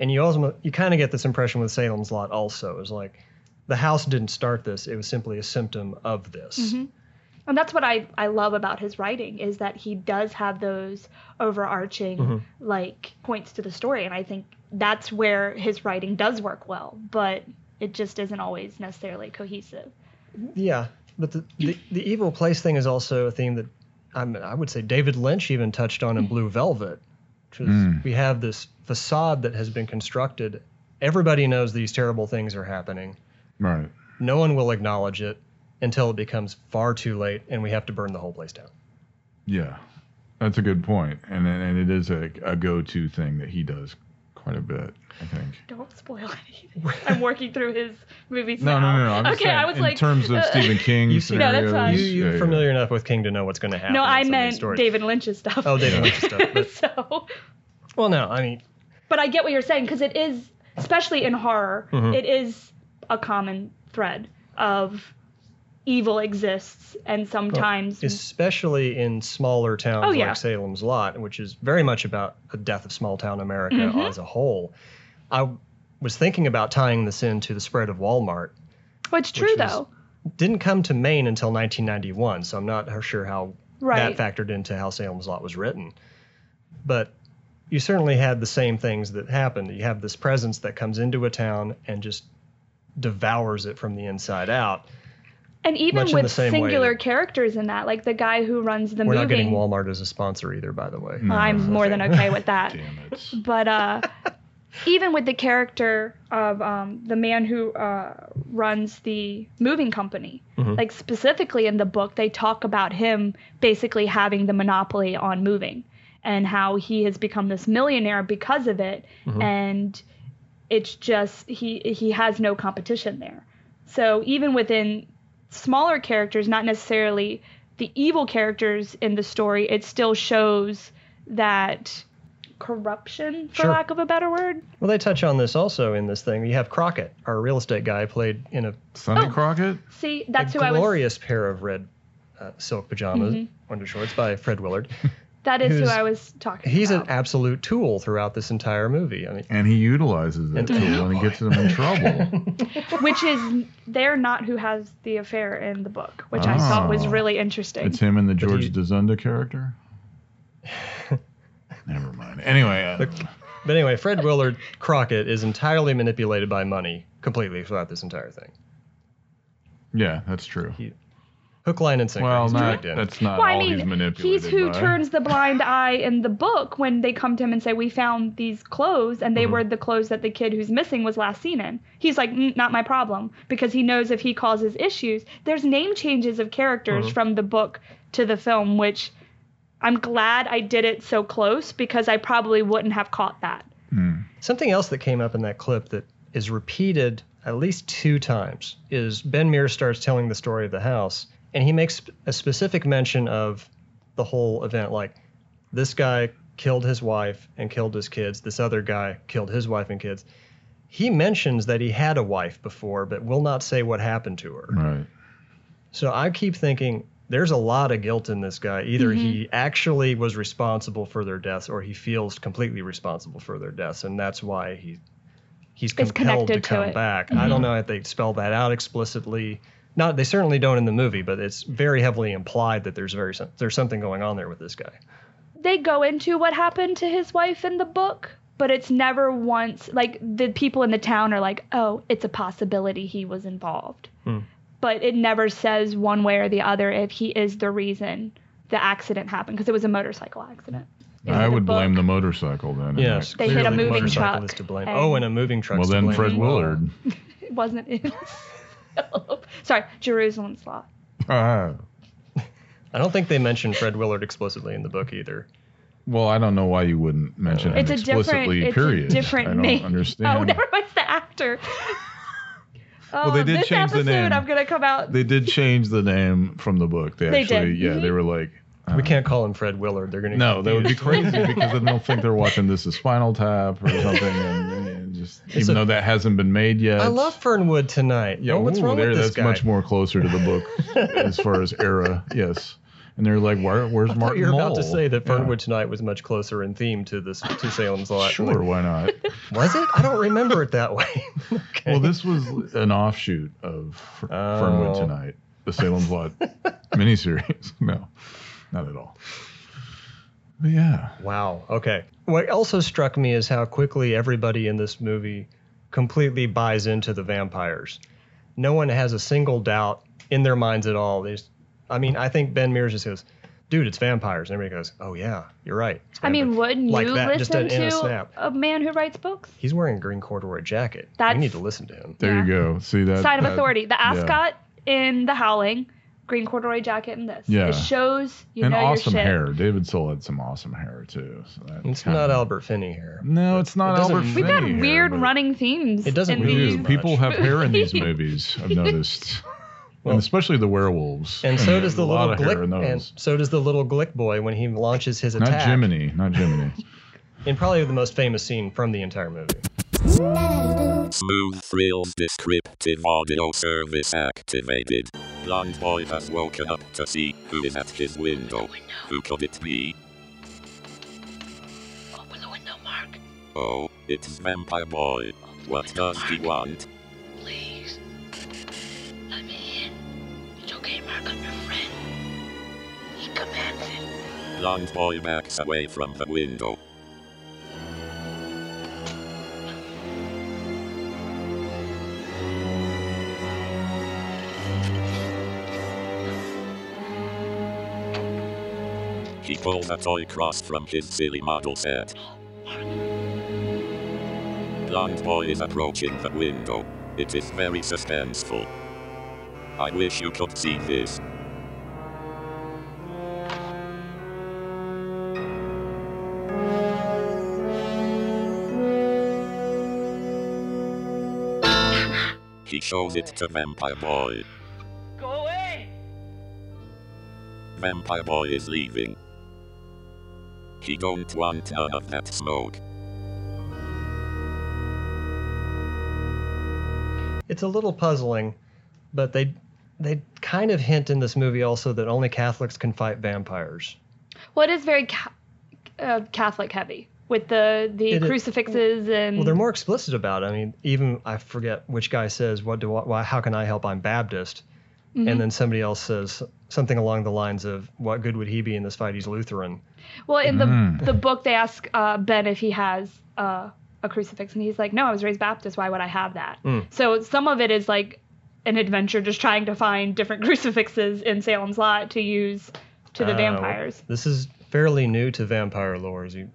S1: And you also you kind of get this impression with Salem's Lot. Also, is like the house didn't start this; it was simply a symptom of this.
S4: And that's what I I love about his writing is that he does have those overarching like points to the story, and I think that's where his writing does work well. But it just isn't always necessarily cohesive.
S1: Yeah, but the, the the evil place thing is also a theme that I'm, I would say David Lynch even touched
S3: Hmm.
S1: on in Blue Velvet, which is we have this facade that has been constructed. Everybody knows these terrible things are happening.
S3: right.
S1: No one will acknowledge it until it becomes far too late and we have to burn the whole place down.
S3: Yeah, that's a good point, and and it is a, a go-to thing that he does quite a bit. I think.
S4: Don't spoil [LAUGHS] anything. I'm working through his movies
S3: No,
S4: now.
S3: no, no, no. I'm just
S4: okay,
S3: saying,
S4: I was
S3: in
S4: like
S3: terms of
S4: [LAUGHS] uh,
S3: Stephen King
S1: You see-
S4: No,
S3: scenarios.
S4: that's fine.
S1: You, you're
S3: yeah, yeah.
S1: familiar enough with King to know what's going to happen.
S4: No,
S1: in some
S4: I
S1: of these
S4: meant
S1: stories.
S4: David Lynch's stuff.
S1: Oh,
S4: [LAUGHS]
S1: David Lynch stuff. But,
S4: so,
S1: well, no, I mean,
S4: but I get what you're saying because it is, especially in horror,
S1: Mm-hmm.
S4: it is a common thread of evil exists and
S1: Oh,
S4: sometimes
S1: especially in smaller towns
S4: Oh, yeah.
S1: like Salem's Lot, which is very much about the death of small town America
S4: Mm-hmm.
S1: as a whole. I was thinking about tying this into the spread of Walmart.
S4: well, it's true
S1: which was-
S4: though.
S1: Didn't come to Maine until 1991, so I'm not h- sure how
S4: Right.
S1: that factored into how Salem's Lot was written. But you certainly had the same things that happened. You have this presence that comes into a town and just devours it from the inside out.
S4: And even
S1: Much in the
S4: with
S1: same way
S4: singular
S1: that-
S4: characters in that, like the guy who runs the
S1: We're not
S4: moving,
S1: getting Walmart as a sponsor either, by the way.
S4: I'm more than okay
S1: [LAUGHS]
S4: with that.
S3: Damn it.
S4: but uh, even with the character of um, the man who uh, runs the moving company, like specifically in the book, they talk about him basically having the monopoly on moving and how he has become this millionaire because of it, and it's just he he has no competition there. So even within smaller characters, not necessarily the evil characters in the story, it still shows that corruption, for
S1: Sure.
S4: lack of a better word.
S1: Well, they touch on this also in this thing. You have Crockett, our real estate guy, played in a,
S3: Sonny
S4: Oh.
S3: Crockett?
S4: See,
S1: a
S4: that's who I was. Mm-hmm.
S1: glorious pair of red uh, silk pajamas, undershorts by Fred Willard.
S4: That is who
S1: who's-
S4: I was talking
S1: He's an
S4: [LAUGHS] about.
S1: absolute tool throughout this entire movie. I mean,
S3: And he utilizes that tool and
S1: [LAUGHS]
S3: it gets him in trouble.
S4: which is they're not who has the affair in the book, which I thought was
S3: Oh.
S4: really interesting.
S3: it's him and the George
S1: he- [LAUGHS]
S3: Dazunda character? Never mind. Anyway, uh,
S1: but anyway, Fred Willard Crockett is entirely manipulated by money completely throughout this entire thing.
S3: yeah, that's true.
S1: Hook, line, and sinker.
S3: Well,
S1: he's
S3: not,
S1: dragged in.
S3: that's not
S4: well, I
S3: all he's
S4: mean,
S3: manipulated
S4: he's who
S3: by.
S4: turns the blind eye in the book when they come to him and say, "We found these clothes, and
S3: Mm-hmm.
S4: they were the clothes that the kid who's missing was last seen in." He's like, mm, "Not my problem," because he knows if he causes issues, there's name changes of characters
S3: Mm-hmm.
S4: from the book to the film, which I'm glad I did it so close because I probably wouldn't have caught that.
S1: Something else that came up in that clip that is repeated at least two times is Ben Mears starts telling the story of the house, and he makes a specific mention of the whole event. Like, this guy killed his wife and killed his kids, this other guy killed his wife and kids. He mentions that he had a wife before, but will not say what happened to her.
S3: Right.
S1: So I keep thinking there's a lot of guilt in this guy. Either he
S4: Mm-hmm.
S1: actually was responsible for their deaths, or he feels completely responsible for their deaths, and that's why he he's compelled to
S4: connected to
S1: come
S4: it. Mm-hmm.
S1: back. I don't know if they spell that out explicitly. Not they certainly don't in the movie, but it's very heavily implied that there's very some- there's something going on there with this guy.
S4: they go into what happened to his wife in the book, but it's never once like the people in the town are like, "Oh, it's a possibility he was involved."
S3: Hmm.
S4: But it never says one way or the other if he is the reason the accident happened because it was a motorcycle accident. in
S3: I
S4: the
S3: would blame
S4: book.
S3: the motorcycle then. in
S1: Yes,
S3: that
S4: They hit a
S1: clearly the
S4: moving
S1: motorcycle
S4: truck
S1: is to blame.
S4: and-
S1: oh, and a moving truck.
S3: Well, then
S1: [LAUGHS]
S3: Fred Willard.
S4: It wasn't in. [LAUGHS] Sorry, Jerusalem's Law.
S3: Ah.
S1: I don't think they mentioned Fred Willard explicitly in the book either.
S3: well, I don't know why you wouldn't mention
S4: It's
S3: him
S4: a different.
S3: explicitly,
S4: It's
S3: period.
S4: a different
S3: I don't
S4: name. [LAUGHS]
S3: understand.
S4: Oh, never mind. It's the actor. Oh,
S3: they did
S4: this
S3: change the
S4: episode,
S3: name.
S4: I'm gonna come out.
S3: They did change the name from the book. They,
S4: They
S3: actually,
S4: did. Mm-hmm.
S3: yeah, they were like,
S1: We can't call him Fred Willard. They're gonna
S3: Uh, no, that would be
S1: confuse-
S3: crazy because then they'll think they're watching this as Spinal Tap or something. And, and just even
S1: a-
S3: though that hasn't been made yet,
S1: I love Fernwood tonight.
S3: Yeah,
S1: oh, what's
S3: ooh,
S1: wrong
S3: there,
S1: with this
S3: that's
S1: guy?
S3: much more closer to the book
S1: [LAUGHS]
S3: as far as era. Yes, and they're like, Where, "Where's
S1: I thought
S3: Martin?"
S1: you were about to
S3: Mull?"
S1: say that
S3: Yeah.
S1: Fernwood tonight was much closer in theme to this to Salem's Lot.
S3: Sure, why
S1: [LAUGHS]
S3: not?
S1: was it? I don't remember it that way. [LAUGHS] okay.
S3: Well, this was an offshoot of Fer- Fernwood
S1: Oh.
S3: Tonight, the Salem's Lot
S1: [LAUGHS]
S3: miniseries. [LAUGHS] No, not at all. But yeah,
S1: Wow. Okay. What also struck me is how quickly everybody in this movie completely buys into the vampires. No one has a single doubt in their minds at all. There's, I mean, I think Ben Mears just goes, "Dude, it's vampires," and everybody goes, "Oh yeah, you're right." it's
S4: I mean,
S1: vampires."
S4: wouldn't
S1: Like
S4: you
S1: that, just
S4: listen
S1: in a
S4: to
S1: snap.
S4: a, man who writes books?
S1: He's wearing a green corduroy jacket.
S4: That's-
S1: we need to listen to him.
S3: there
S4: Yeah.
S3: you go. See that
S4: Sign of
S3: that-
S4: authority. The
S3: yeah.
S4: ascot in The Howling, green corduroy jacket in this.
S3: Yeah.
S4: It shows you
S3: and
S4: know
S3: awesome
S4: your shit.
S3: hair. David Soul had some awesome hair too. So that
S1: It's
S3: kinda- Mm,
S1: not Albert Finney here.
S3: No, it's not
S1: It doesn't-
S3: Albert.
S4: We've got
S3: Finney hair,
S4: weird
S3: but
S4: running themes.
S1: It doesn't
S4: in
S3: We
S1: really
S4: these.
S3: do.
S1: much.
S3: People have hair in these movies.
S4: [LAUGHS]
S3: I've noticed.
S1: Well-
S3: and especially the werewolves.
S1: And so does the
S3: a lot
S1: little
S3: of hair
S1: glick,
S3: in
S1: and
S3: those.
S1: so does the little glick boy when he launches his
S3: Not
S1: attack.
S3: Jiminy. Not Jiminy.
S4: [LAUGHS]
S1: In probably the most famous scene from the entire movie.
S7: Smooth Thrills Descriptive Audio Service activated. Blind boy has woken up to see who is at his window. Who could it be?
S8: Open the window, Mark.
S7: Oh, it's Vampire Boy. What does he want?
S8: Please. Let me in. It's okay, Mark. I'm your friend. He commands it.
S7: Blind boy backs away from the window. He pulls a toy cross from his silly model set. Blind boy is approaching the window. It is very suspenseful. I wish you could see this. He shows it to Vampire Boy.
S9: Go away!
S7: Vampire Boy is leaving. He don't want none of that smoke.
S1: It's a little puzzling, but they they kind of hint in this movie also that only Catholics can fight vampires.
S4: Well, it is very ca- uh, Catholic heavy with the the
S1: It is-
S4: crucifixes and
S3: Mm.
S1: Well, they're more explicit about it. I mean, even I forget which guy says, "What do I, why, how can I help? I'm Baptist," and then somebody else says something along the lines of, "What good would he be in this fight? He's Lutheran."
S4: well in the the book they ask uh, Ben if he has uh, a crucifix and he's like no I was raised Baptist why would I have that
S1: Mm.
S4: so some of it is like an adventure just trying to find different [LAUGHS] crucifixes in Salem's Lot to use to the
S1: Uh,
S4: vampires
S1: This is fairly new to vampire lore. is You,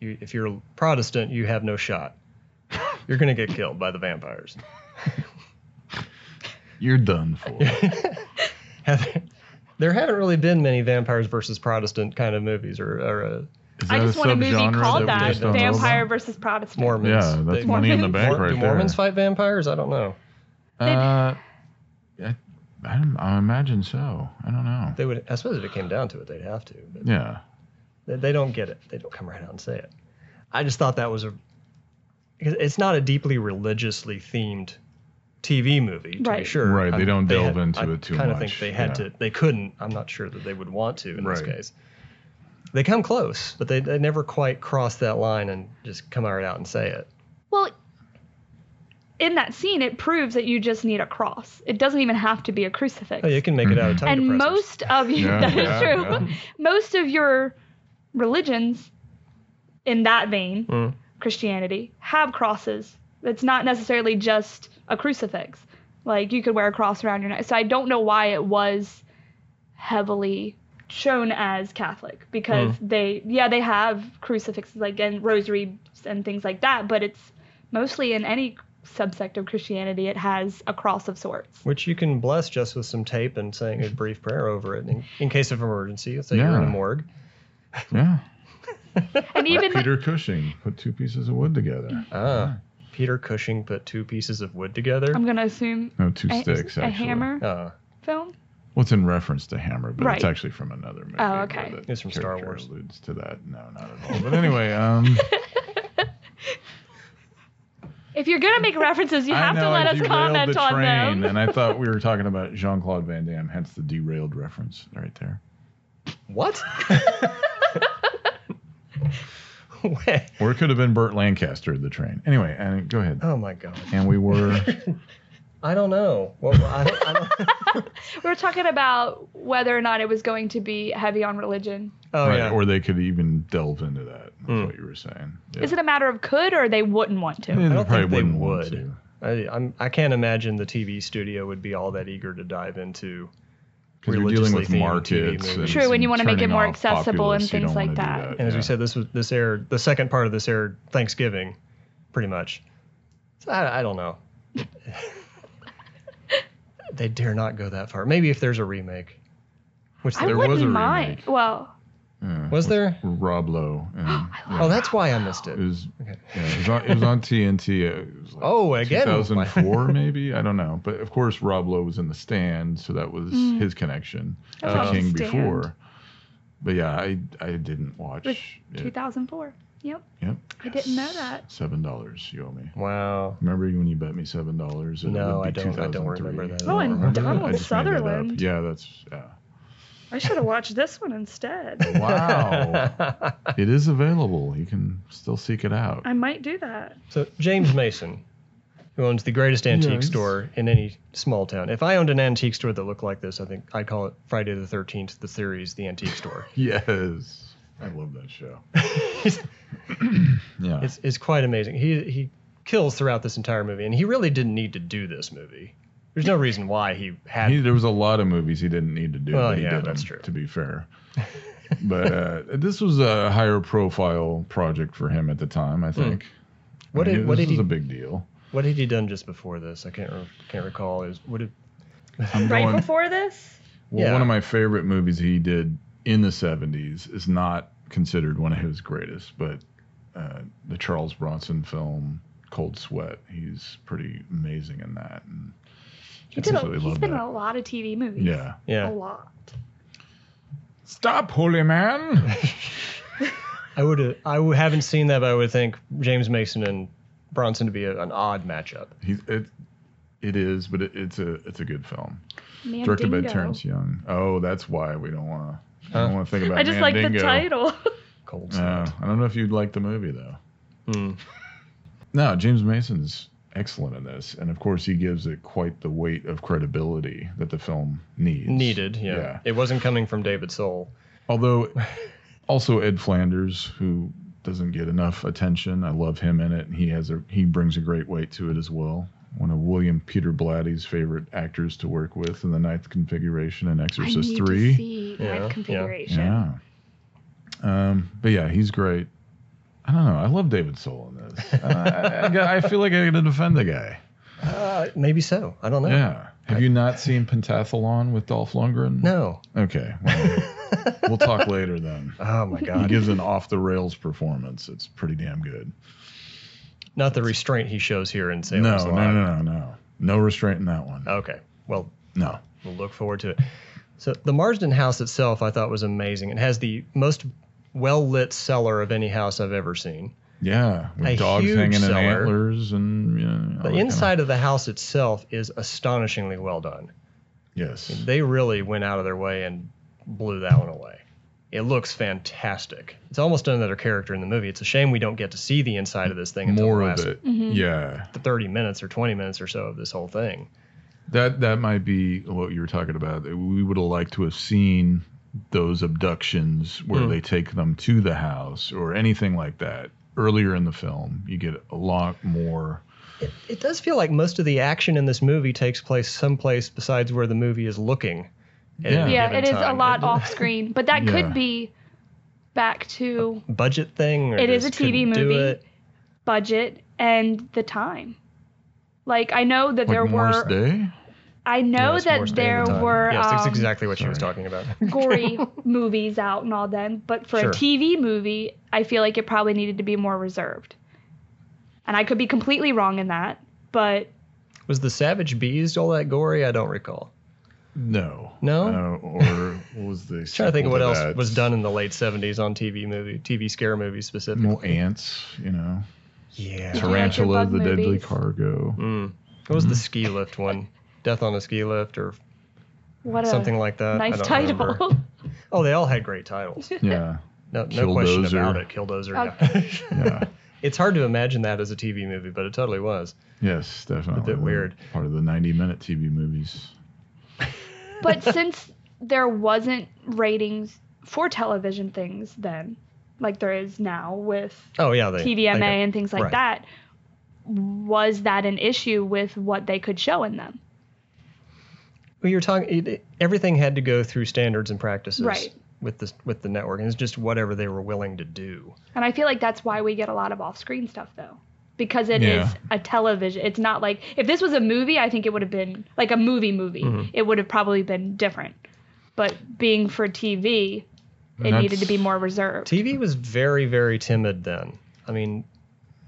S1: you, if you're Protestant, you have no shot. You're gonna get killed by the vampires.
S3: You're done for. [LAUGHS]
S1: Have- there haven't really been many vampires versus Protestant kind of movies or, or uh,
S3: Is
S4: I
S3: that
S4: just want a movie
S3: subgenre
S1: we
S4: called that
S1: just don't know about?
S4: Vampire versus Protestant
S1: Mormons.
S3: Yeah, that's
S1: They-
S3: money in the bank
S1: Mor-
S3: right
S1: do
S3: there.
S1: Mormons fight vampires? I don't know.
S3: Uh, I, I, don't- I imagine so. I don't know.
S1: They would. I suppose if it came down to it, they'd have to. But
S3: Yeah.
S1: they, they don't get it. They don't come right out and say it. I just thought that was a. because It's not a deeply religiously themed TV movie, to be
S4: Right.
S1: sure.
S3: Right, they
S1: I'm-
S3: don't delve
S1: had-
S3: into
S1: I
S3: it too
S1: kind of think
S3: much,
S1: they had
S3: yeah.
S1: to. They couldn't. I'm not sure that they would want to in this
S3: Right.
S1: case. They come close, but they, they never quite cross that line and just come right out and say it.
S4: Well, in that scene, it proves that you just need a cross. It doesn't even have to be a crucifix.
S1: Oh, you can make it
S3: Mm-hmm.
S1: out of tongue
S4: and
S1: depressors.
S4: most of you, [LAUGHS]
S3: Yeah,
S4: that is
S3: yeah,
S4: true. Most of your religions, in that vein,
S1: Mm.
S4: Christianity, have crosses. It's not necessarily just a crucifix. Like you could wear a cross around your neck. So I don't know why it was heavily shown as Catholic
S3: Mm.
S4: because they, yeah, they have crucifixes like and rosaries and things like that, but it's mostly in any subsect of Christianity, it has a cross of sorts.
S1: Which you can bless just with some tape and saying a brief prayer over it in, in case of emergency. Say you're in a
S3: Yeah.
S1: morgue.
S3: Yeah.
S4: And
S3: Like
S4: even
S3: Peter Cushing put two pieces of wood together.
S1: Ah, Peter Cushing put two pieces of wood together.
S4: I'm gonna assume
S3: No, two
S4: a,
S3: sticks.
S4: a
S3: actually.
S4: hammer
S1: Ah,
S4: film.
S3: Well, it's in reference to Hammer, but
S4: Right.
S3: it's actually from another movie.
S4: Oh,
S3: where
S4: okay.
S3: the
S1: It's from Star
S3: character
S1: Wars.
S3: Alludes to that. No, not at all. But anyway,
S4: [LAUGHS]
S3: um,
S4: If you're gonna make references, you
S3: I
S4: have
S3: know
S4: to
S3: I
S4: let us
S3: derailed
S4: comment
S3: the
S4: on
S3: train,
S4: them. [LAUGHS]
S3: and I thought we were talking about Jean Claude Van Damme, hence the derailed reference right there. [LAUGHS]
S1: what? [LAUGHS] Wait.
S3: Or it could have been Burt Lancaster, the train. Anyway, and go ahead.
S1: Oh my god.
S3: And
S1: [LAUGHS]
S3: we were.
S1: I don't know. Well, I don't, I don't, [LAUGHS]
S4: We were talking about whether or not it was going to be heavy on religion.
S1: oh
S3: right,
S1: yeah.
S3: Or they could even delve into that. That's
S1: Mm.
S3: what you were saying. Yeah.
S4: Is it a matter of could or they wouldn't want to?
S3: Yeah,
S1: I don't
S3: probably
S1: think they
S3: wouldn't want
S1: would.
S3: to,
S1: I, I'm, I can't imagine the TV studio would be all that eager to dive into.
S3: 'cause you're dealing with
S1: Religiously themed
S3: markets.
S1: TV
S3: and-
S1: movies.
S4: True, when you wanna make it
S3: turning
S4: more
S3: off
S4: accessible
S3: populace,
S4: and
S3: you
S4: things
S3: don't
S4: like
S3: wanna do
S4: that.
S1: And as we
S3: yeah.
S1: said, this was this aired the second part of this aired Thanksgiving, pretty much. So I, I don't
S3: [LAUGHS]
S1: know. they dare not go that far. Maybe if there's a remake, which
S4: I
S1: there
S4: wouldn't
S3: was a
S4: mind.
S3: remake.
S4: Well,
S3: Yeah,
S1: was
S3: with
S1: there.
S3: Rob Lowe.
S4: [GASPS]
S3: and- yeah.
S1: Oh, that's why I missed it.
S3: It was,
S1: Okay.
S3: yeah, it was on, it was on TNT. uh, It was like
S1: Oh, again.
S3: 2004 maybe. I don't know. But of course, Rob Lowe was in the stand, so that was
S4: Mm.
S3: his connection
S4: That
S3: to
S4: was on
S3: King
S4: The Stand.
S3: before. But yeah, I I didn't watch.
S4: With
S3: it.
S4: 2004. Yep,
S3: Yep.
S4: I didn't know that.
S3: Seven dollars you owe me.
S1: [LAUGHS] Wow.
S3: Remember when you bet me seven dollars?
S1: No, I don't- I don't remember that at Oh, all. and
S4: Donald Sutherland.
S3: Yeah, that's yeah.
S4: I should have watched this one instead.
S3: Wow,
S1: [LAUGHS]
S3: it is available. You can still seek it out.
S4: I might do that.
S1: So James Mason, who owns the greatest antique
S3: Yes.
S1: store in any small town. If I owned an antique store that looked like this, I think I'd call it Friday the Thirteenth, the series, the antique
S3: [LAUGHS]
S1: store.
S3: Yes, I love that show. yeah,
S1: It's it's quite amazing. He he kills throughout this entire movie, and he really didn't need to do this movie. There's no reason why he had.
S3: He, there was a lot of movies he didn't need to do.
S1: Well,
S3: but he
S1: yeah,
S3: did
S1: that's
S3: them,
S1: true.
S3: To be
S1: [LAUGHS]
S3: fair, but uh, this was a higher profile project for him at the time. I think.
S1: Hmm. What
S3: I mean,
S1: did- what
S3: this
S1: did
S3: was
S1: he-
S3: a big deal.
S1: what had he done just before this? I can't re- can't recall. It was, what did,
S3: [LAUGHS] I'm
S4: Right
S3: going-
S4: before this?
S3: Well,
S1: Yeah.
S3: one of my favorite movies he did in the 70s is not considered one of his greatest, but uh, the Charles Bronson film Cold Sweat. He's pretty amazing in that. And
S4: He did a,
S3: absolutely
S4: he's
S3: love
S4: been in
S3: that.
S4: a lot of TV movies.
S3: Yeah.
S4: A
S1: yeah,
S4: lot.
S3: Stop, holy man. [LAUGHS]
S1: I would I w- haven't seen that, but I would think James Mason and Bronson to be a, an odd matchup.
S3: He's it. It is, but it, it's a it's a good film.
S4: Man,
S3: Directed by
S4: Dingo.
S3: Terrence Young. Oh, that's why we don't want to. I don't
S1: Huh?
S3: want to think about.
S4: I just like the
S3: Mandingo.
S4: title. [LAUGHS]
S1: Cold
S3: Uh,
S1: sweat.
S3: I don't know if you'd like the movie though.
S1: Hmm.
S3: No, James Mason's excellent in this, and of course he gives it quite the weight of credibility that the film needs.
S1: Needed, yeah.
S3: Yeah.
S1: It wasn't coming from David Soul. [LAUGHS]
S3: Although, also Ed Flanders, who doesn't get enough attention, I love him in it, and he has a he brings a great weight to it as well. One of William Peter Blatty's favorite actors to work with in the Ninth Configuration and
S4: I
S3: Exorcist
S4: need
S3: Three.
S4: to see
S1: Yeah,
S4: Knife
S1: yeah.
S4: configuration.
S3: Yeah. Um, but yeah, he's great. I don't know. I love David Soul in this. [LAUGHS] Uh, I- I, I feel like I got to defend the guy.
S1: Uh, maybe so. I don't know.
S3: Yeah. Have you not seen Pentathlon with Dolph Lundgren?
S1: No.
S3: Okay. Well,
S1: [LAUGHS]
S3: we'll talk later then.
S1: Oh my
S3: He
S1: God.
S3: gives an off the rails performance. It's pretty damn good.
S1: [LAUGHS] Not the restraint he shows here in
S3: No,
S1: Salem's
S3: no,
S1: Lot.
S3: no, no, no. No restraint in that one.
S1: Okay. Well,
S3: No.
S1: We'll look forward to it. So the Marsden House itself, I thought was amazing. It has the most well lit cellar of any house I've ever seen.
S3: Yeah. With
S1: A
S3: dogs
S1: huge
S3: hanging
S1: seller.
S3: in antlers and you know, all that
S1: The
S3: kinda-
S1: inside of the house itself is astonishingly well done.
S3: Yes.
S1: They really went out of their way and blew that one away. It looks fantastic. It's almost another character in the movie. It's a shame we don't get to see the inside of this thing until
S3: More
S1: the
S3: of
S1: last
S3: it. Yeah.
S1: 30 minutes or 20 minutes or so of this whole thing.
S3: That that might be what you were talking about. We would have liked to have seen those abductions where they take them to the house or anything like that. Earlier in the film, you get a lot more.
S1: It does feel like most of the action in this movie takes place someplace besides where the movie is looking. at
S3: Yeah.
S1: any
S4: Yeah,
S1: given
S4: it is a
S1: time.
S4: lot off screen, but that
S3: Yeah.
S4: could be back to
S1: budget thing. Or
S4: It is
S1: just
S4: a TV
S1: couldn't do
S4: movie.
S1: it?
S4: budget and the time. Like I know that
S3: Like
S4: there
S3: Morris
S4: were
S3: Day?
S4: I know
S1: Yes, more
S4: that
S1: stay
S4: there
S1: with time.
S4: were
S1: Yes, that's
S4: um,
S1: exactly what she was
S3: Sorry.
S1: talking about. [LAUGHS]
S4: gory movies out and all then, but for
S1: Sure.
S4: a TV movie, I feel like it probably needed to be more reserved. And I could be completely wrong in that, but
S1: was the Savage Bees all that gory? I don't recall.
S3: No.
S1: No?
S3: Uh, or what was the.
S1: [LAUGHS] trying to think of what else was done in the late '70s on TV movie, TV scare movies specifically.
S3: Well, ants, you know,
S1: yeah.
S4: you like your
S3: tarantula,
S4: bug
S3: the deadly
S1: [LAUGHS]
S4: movies?
S3: cargo.
S1: Mm. What was the ski lift one? Death on a ski lift or
S4: what a
S1: something like that. I
S4: nice
S1: don't
S4: title.
S1: remember. Oh, they all had great
S4: [LAUGHS]
S1: titles.
S3: Yeah,
S1: No, no question
S3: Killdozer.
S1: about it. Killdozer. Yeah.
S4: Oh. [LAUGHS]
S3: yeah,
S1: [LAUGHS] it's hard to imagine that as a TV movie, but it totally was.
S3: yes, definitely.
S1: bit weird.
S3: Part of the ninety-minute TV movies.
S4: but since there wasn't ratings for television things then, like there is now with
S1: Oh yeah, they
S4: TVMA
S1: they-
S4: and things like
S1: right.
S4: that. Was that an issue with what they could show in them?
S1: Well, you're talking. It, it- everything had to go through standards and practices
S4: Right.
S1: with this with the network, and it's just whatever they were willing to do.
S4: And I feel like that's why we get a lot of off-screen stuff though. Because it is
S3: Yeah.
S4: a television. It's not like if this was a movie, I think it would have been like a movie movie.
S3: Mm-hmm.
S4: It would have probably been different. But being for TV, it
S3: That's-
S4: needed to be more reserved.
S1: TV was very very timid then. I mean,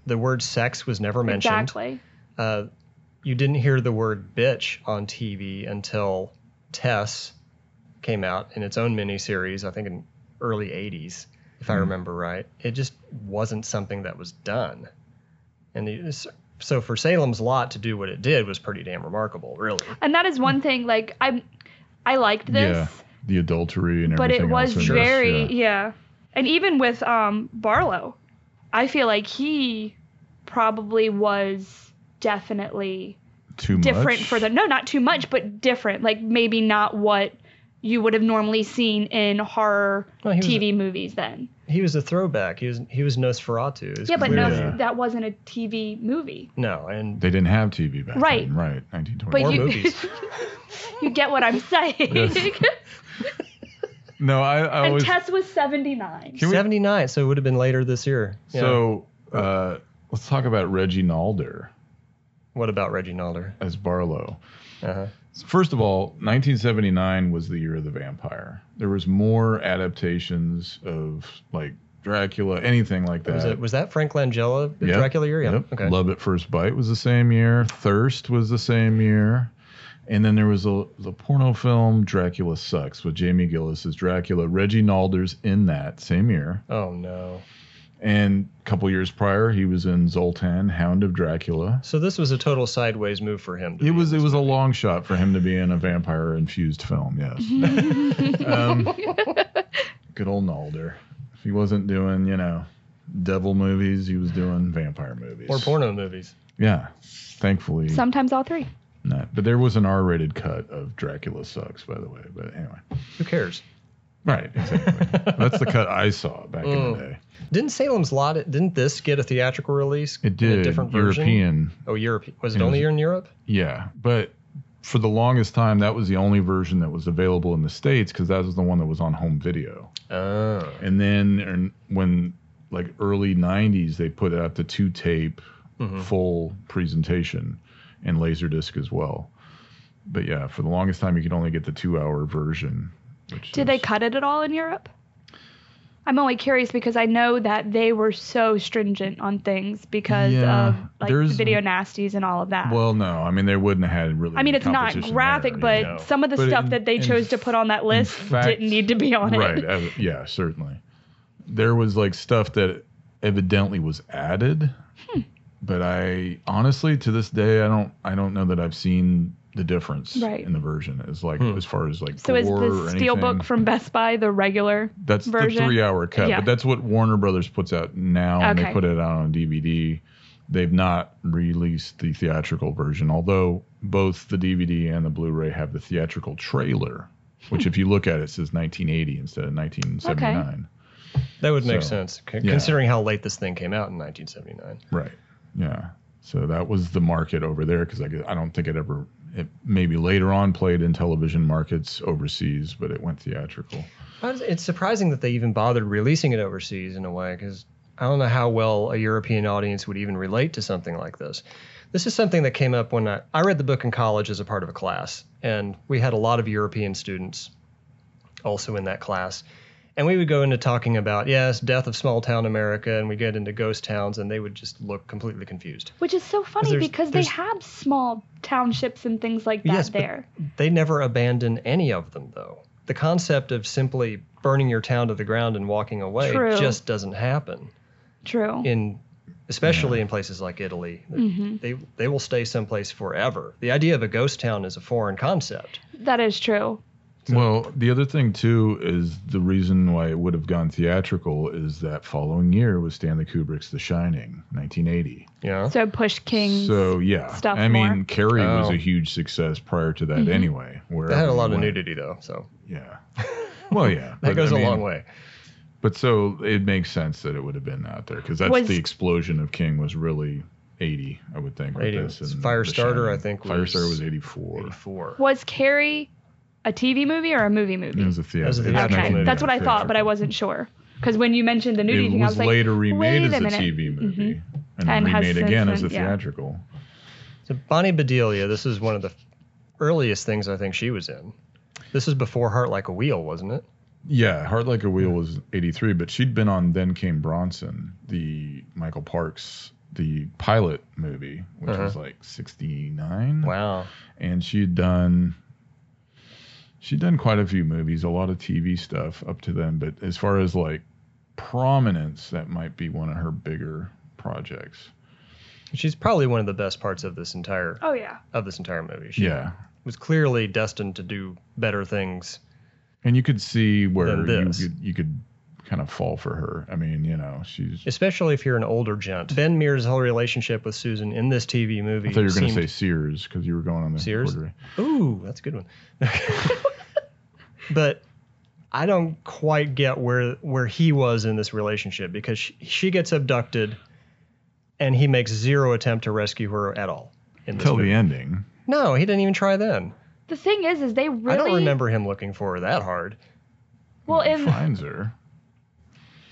S1: the word sex was never mentioned.
S4: Exactly.
S1: Uh, you didn't hear the word bitch on TV until Tess came out in its own miniseries. I think in early '80s, if
S3: Hmm.
S1: I remember right. It just wasn't something that was done, and the, so for Salem's Lot to do what it did was pretty damn remarkable, really.
S4: And that is one thing like I'm I liked this.
S3: Hmm. Yeah, the adultery and
S4: but
S3: everything.
S4: it was
S3: else in this,
S4: very
S3: yeah.
S4: yeah. and even with um barlow i feel like he probably was definitely
S3: too
S4: different
S3: much.
S4: for the no not too much but different like maybe not what you would have normally seen in horror
S1: Well, he was-
S4: TV movies then.
S1: He was a throwback. He was he was Nosferatu. It was
S4: Yeah, but
S1: clear-
S4: no,
S3: Yeah.
S4: that wasn't a TV movie.
S1: no, and
S3: They didn't have TV back
S4: Right.
S3: then. Right. 1920.
S4: But
S1: Or
S3: [LAUGHS]
S4: you,
S1: movies.
S4: you get what I'm [LAUGHS] saying.
S3: no, I, I
S4: and
S3: always.
S4: Tess was 79.
S3: Can we-
S1: seventy nine. So it would have been later this year. Yeah.
S3: So uh, let's talk about Reggie Nalder
S1: what about Reggie Nalder?
S3: as Barlow.
S1: Uh-huh.
S3: First of all, 1979 was the year of the vampire. There was more adaptations of like Dracula, anything like that.
S1: Was it was that Frank Langella the
S3: Yep.
S1: Dracula year? Yeah.
S3: Yep.
S1: Okay.
S3: Love at First Bite was the same year. Thirst was the same year. And then there was a, the porno film Dracula Sucks with Jamie Gillis as Dracula. Reggie Nalder's in that same year.
S1: Oh no.
S3: And a couple years prior, he was in Zoltan, Hound of Dracula.
S1: So this was a total sideways move for him. to be
S3: It was
S1: in
S3: it
S1: this
S3: was a long shot for him to be in a vampire infused film. Yes. um, good old Nalder. If he wasn't doing you know devil movies, he was doing vampire movies
S1: or porno movies.
S3: Yeah. Thankfully,
S4: Sometimes all three.
S3: not. But there was an R-rated cut of Dracula sucks, by the way. But anyway.
S1: Who
S3: [LAUGHS]
S1: cares?
S3: Right. Exactly. That's the cut I saw back in
S1: Mm.
S3: the day.
S1: Didn't Salem's Lot? Didn't this get a theatrical release?
S3: It
S1: in a
S3: did
S1: different version?
S3: European.
S1: Oh, Europe. Was it,
S3: It
S1: only
S3: was-
S1: here in Europe?
S3: Yeah, but for the longest time, that was the only version that was available in the states because that was the one that was on home video.
S1: Oh.
S3: And then and when like early '90s, they put out the two tape full presentation and Laserdisc as well. But yeah, for the longest time, you could only get the two-hour version. Which
S4: Did they
S3: is-
S4: cut it at all in Europe? I'm only curious because I know that they were so stringent on things because
S3: Yeah,
S4: of like the
S3: there's-
S4: video nasties and all of that.
S3: Well, no. I mean, they wouldn't have had really.
S4: I mean, it's not
S3: competition
S4: graphic,
S3: there,
S4: but
S3: you know.
S4: some of the
S3: But
S4: stuff
S3: in-
S4: that they
S3: in
S4: chose to put on that list
S3: fact-
S4: didn't need to be on
S3: right.
S4: it.
S3: ev- yeah, certainly. There was like stuff that evidently was added,
S4: Hmm.
S3: but I honestly to this day I don't I don't know that I've seen the difference
S4: Right.
S3: in the version. As like as far as like
S4: [LAUGHS] So is
S3: gore or
S4: the steel book
S3: anything.
S4: from Best Buy the regular?
S3: that's
S4: version?
S3: the three hour cut,
S4: Yeah.
S3: but that's what Warner Brothers puts out now, and they
S4: Okay.
S3: put it out on DVD. They've not released the theatrical version, although both the DVD and the Blu-ray have the theatrical trailer, which if you look at it says 1980 instead of 1979.
S1: That would make
S3: So,
S1: sense, c-
S3: yeah.
S1: considering how late this thing came out in 1979.
S3: Right. Yeah. So that was the market over there because I, gu- I don't think it ever, it maybe later on played in television markets overseas, but it went theatrical.
S1: I was- It's surprising that they even bothered releasing it overseas in a way, because I don't know how well a European audience would even relate to something like this. This is something that came up when I, I read the book in college as a part of a class, and we had a lot of European students also in that class. And we would go into talking about, yes, death of small town America, and we get into ghost towns, and they would just look completely confused.
S4: Which is so funny
S1: there's-
S4: because they
S1: there's-
S4: have small townships and things like that
S1: Yes, but-
S4: there.
S1: They never abandon any of them, though. The concept of simply burning your town to the ground and walking away
S4: True.
S1: just doesn't happen
S4: True.
S1: in, especially in places like Italy. They they will stay someplace forever. The idea of a ghost town is a foreign concept.
S4: That is true.
S3: Well, the other thing too is the reason why it would have gone theatrical is that following year was Stanley Kubrick's The Shining, 1980.
S1: Yeah.
S4: So push King's
S3: So yeah,
S4: stuff
S3: I mean,
S4: more. Mm-hmm.
S3: Carrie was
S1: Oh.
S3: a huge success prior to that anyway. Where
S1: They had a lot of nudity though, so
S3: Yeah. Well,
S1: [LAUGHS]
S3: yeah,
S1: that
S3: but
S1: goes
S3: I
S1: a
S3: mean,
S1: long way.
S3: But so it makes sense that it would have been out there because that's
S4: Was-
S3: the explosion of King was really 80, I would think. with
S1: 80.
S3: this and The
S1: Firestarter, I
S3: Shining.
S1: think,
S3: Firestarter
S1: was
S3: was 84.
S1: Before.
S4: Was Carrie a TV movie or a movie movie?
S3: It was a theater.
S1: was a
S3: it was
S1: theatrical
S4: okay,
S1: movie.
S4: that's what I thought, but I
S3: theatrical.
S4: wasn't sure because when you mentioned the nudity
S3: It
S4: thing, I
S3: was,
S4: was like,
S3: later remade
S4: wait
S3: as
S4: a
S3: a
S4: minute.
S3: TV
S4: Mm-hmm.
S3: movie and,
S4: And has
S3: remade
S4: since
S3: again as a
S4: been- yeah.
S3: theatrical.
S1: So Bonnie Bedelia, this is one of the earliest things I think she was in. This is before Heart Like a Wheel, wasn't it?
S3: Yeah, Heart Like a Wheel was 83, but she'd been on Then Came Bronson, the Michael Parks, the pilot movie, which was like 69.
S1: Wow.
S3: and she'd done she'd done quite a few movies, a lot of TV stuff up to then, but as far as like prominence, that might be one of her bigger projects.
S1: She's probably one of the best parts of this entire
S4: oh yeah,
S1: of this entire movie. She
S3: Yeah.
S1: was clearly destined to do better things.
S3: And you could see where
S1: Than
S3: you
S1: this.
S3: could you could kind of fall for her. I mean, you know, she's
S1: especially if you're an older gent. Ben Mears' whole relationship with Susan in this TV movie.
S3: I thought you were going to say
S1: seemed-
S3: Sears because you were going on the
S1: Sears?
S3: Cordery.
S1: Ooh, that's a good one. [LAUGHS] but I don't quite get where where he was in this relationship because she, she gets abducted, and he makes zero attempt to rescue her at all. In this
S3: Till
S1: movie.
S3: the ending.
S1: No, he didn't even try then.
S4: The thing is, is they really
S1: I don't remember him looking for her that hard.
S4: well
S3: he
S4: in
S3: finds her.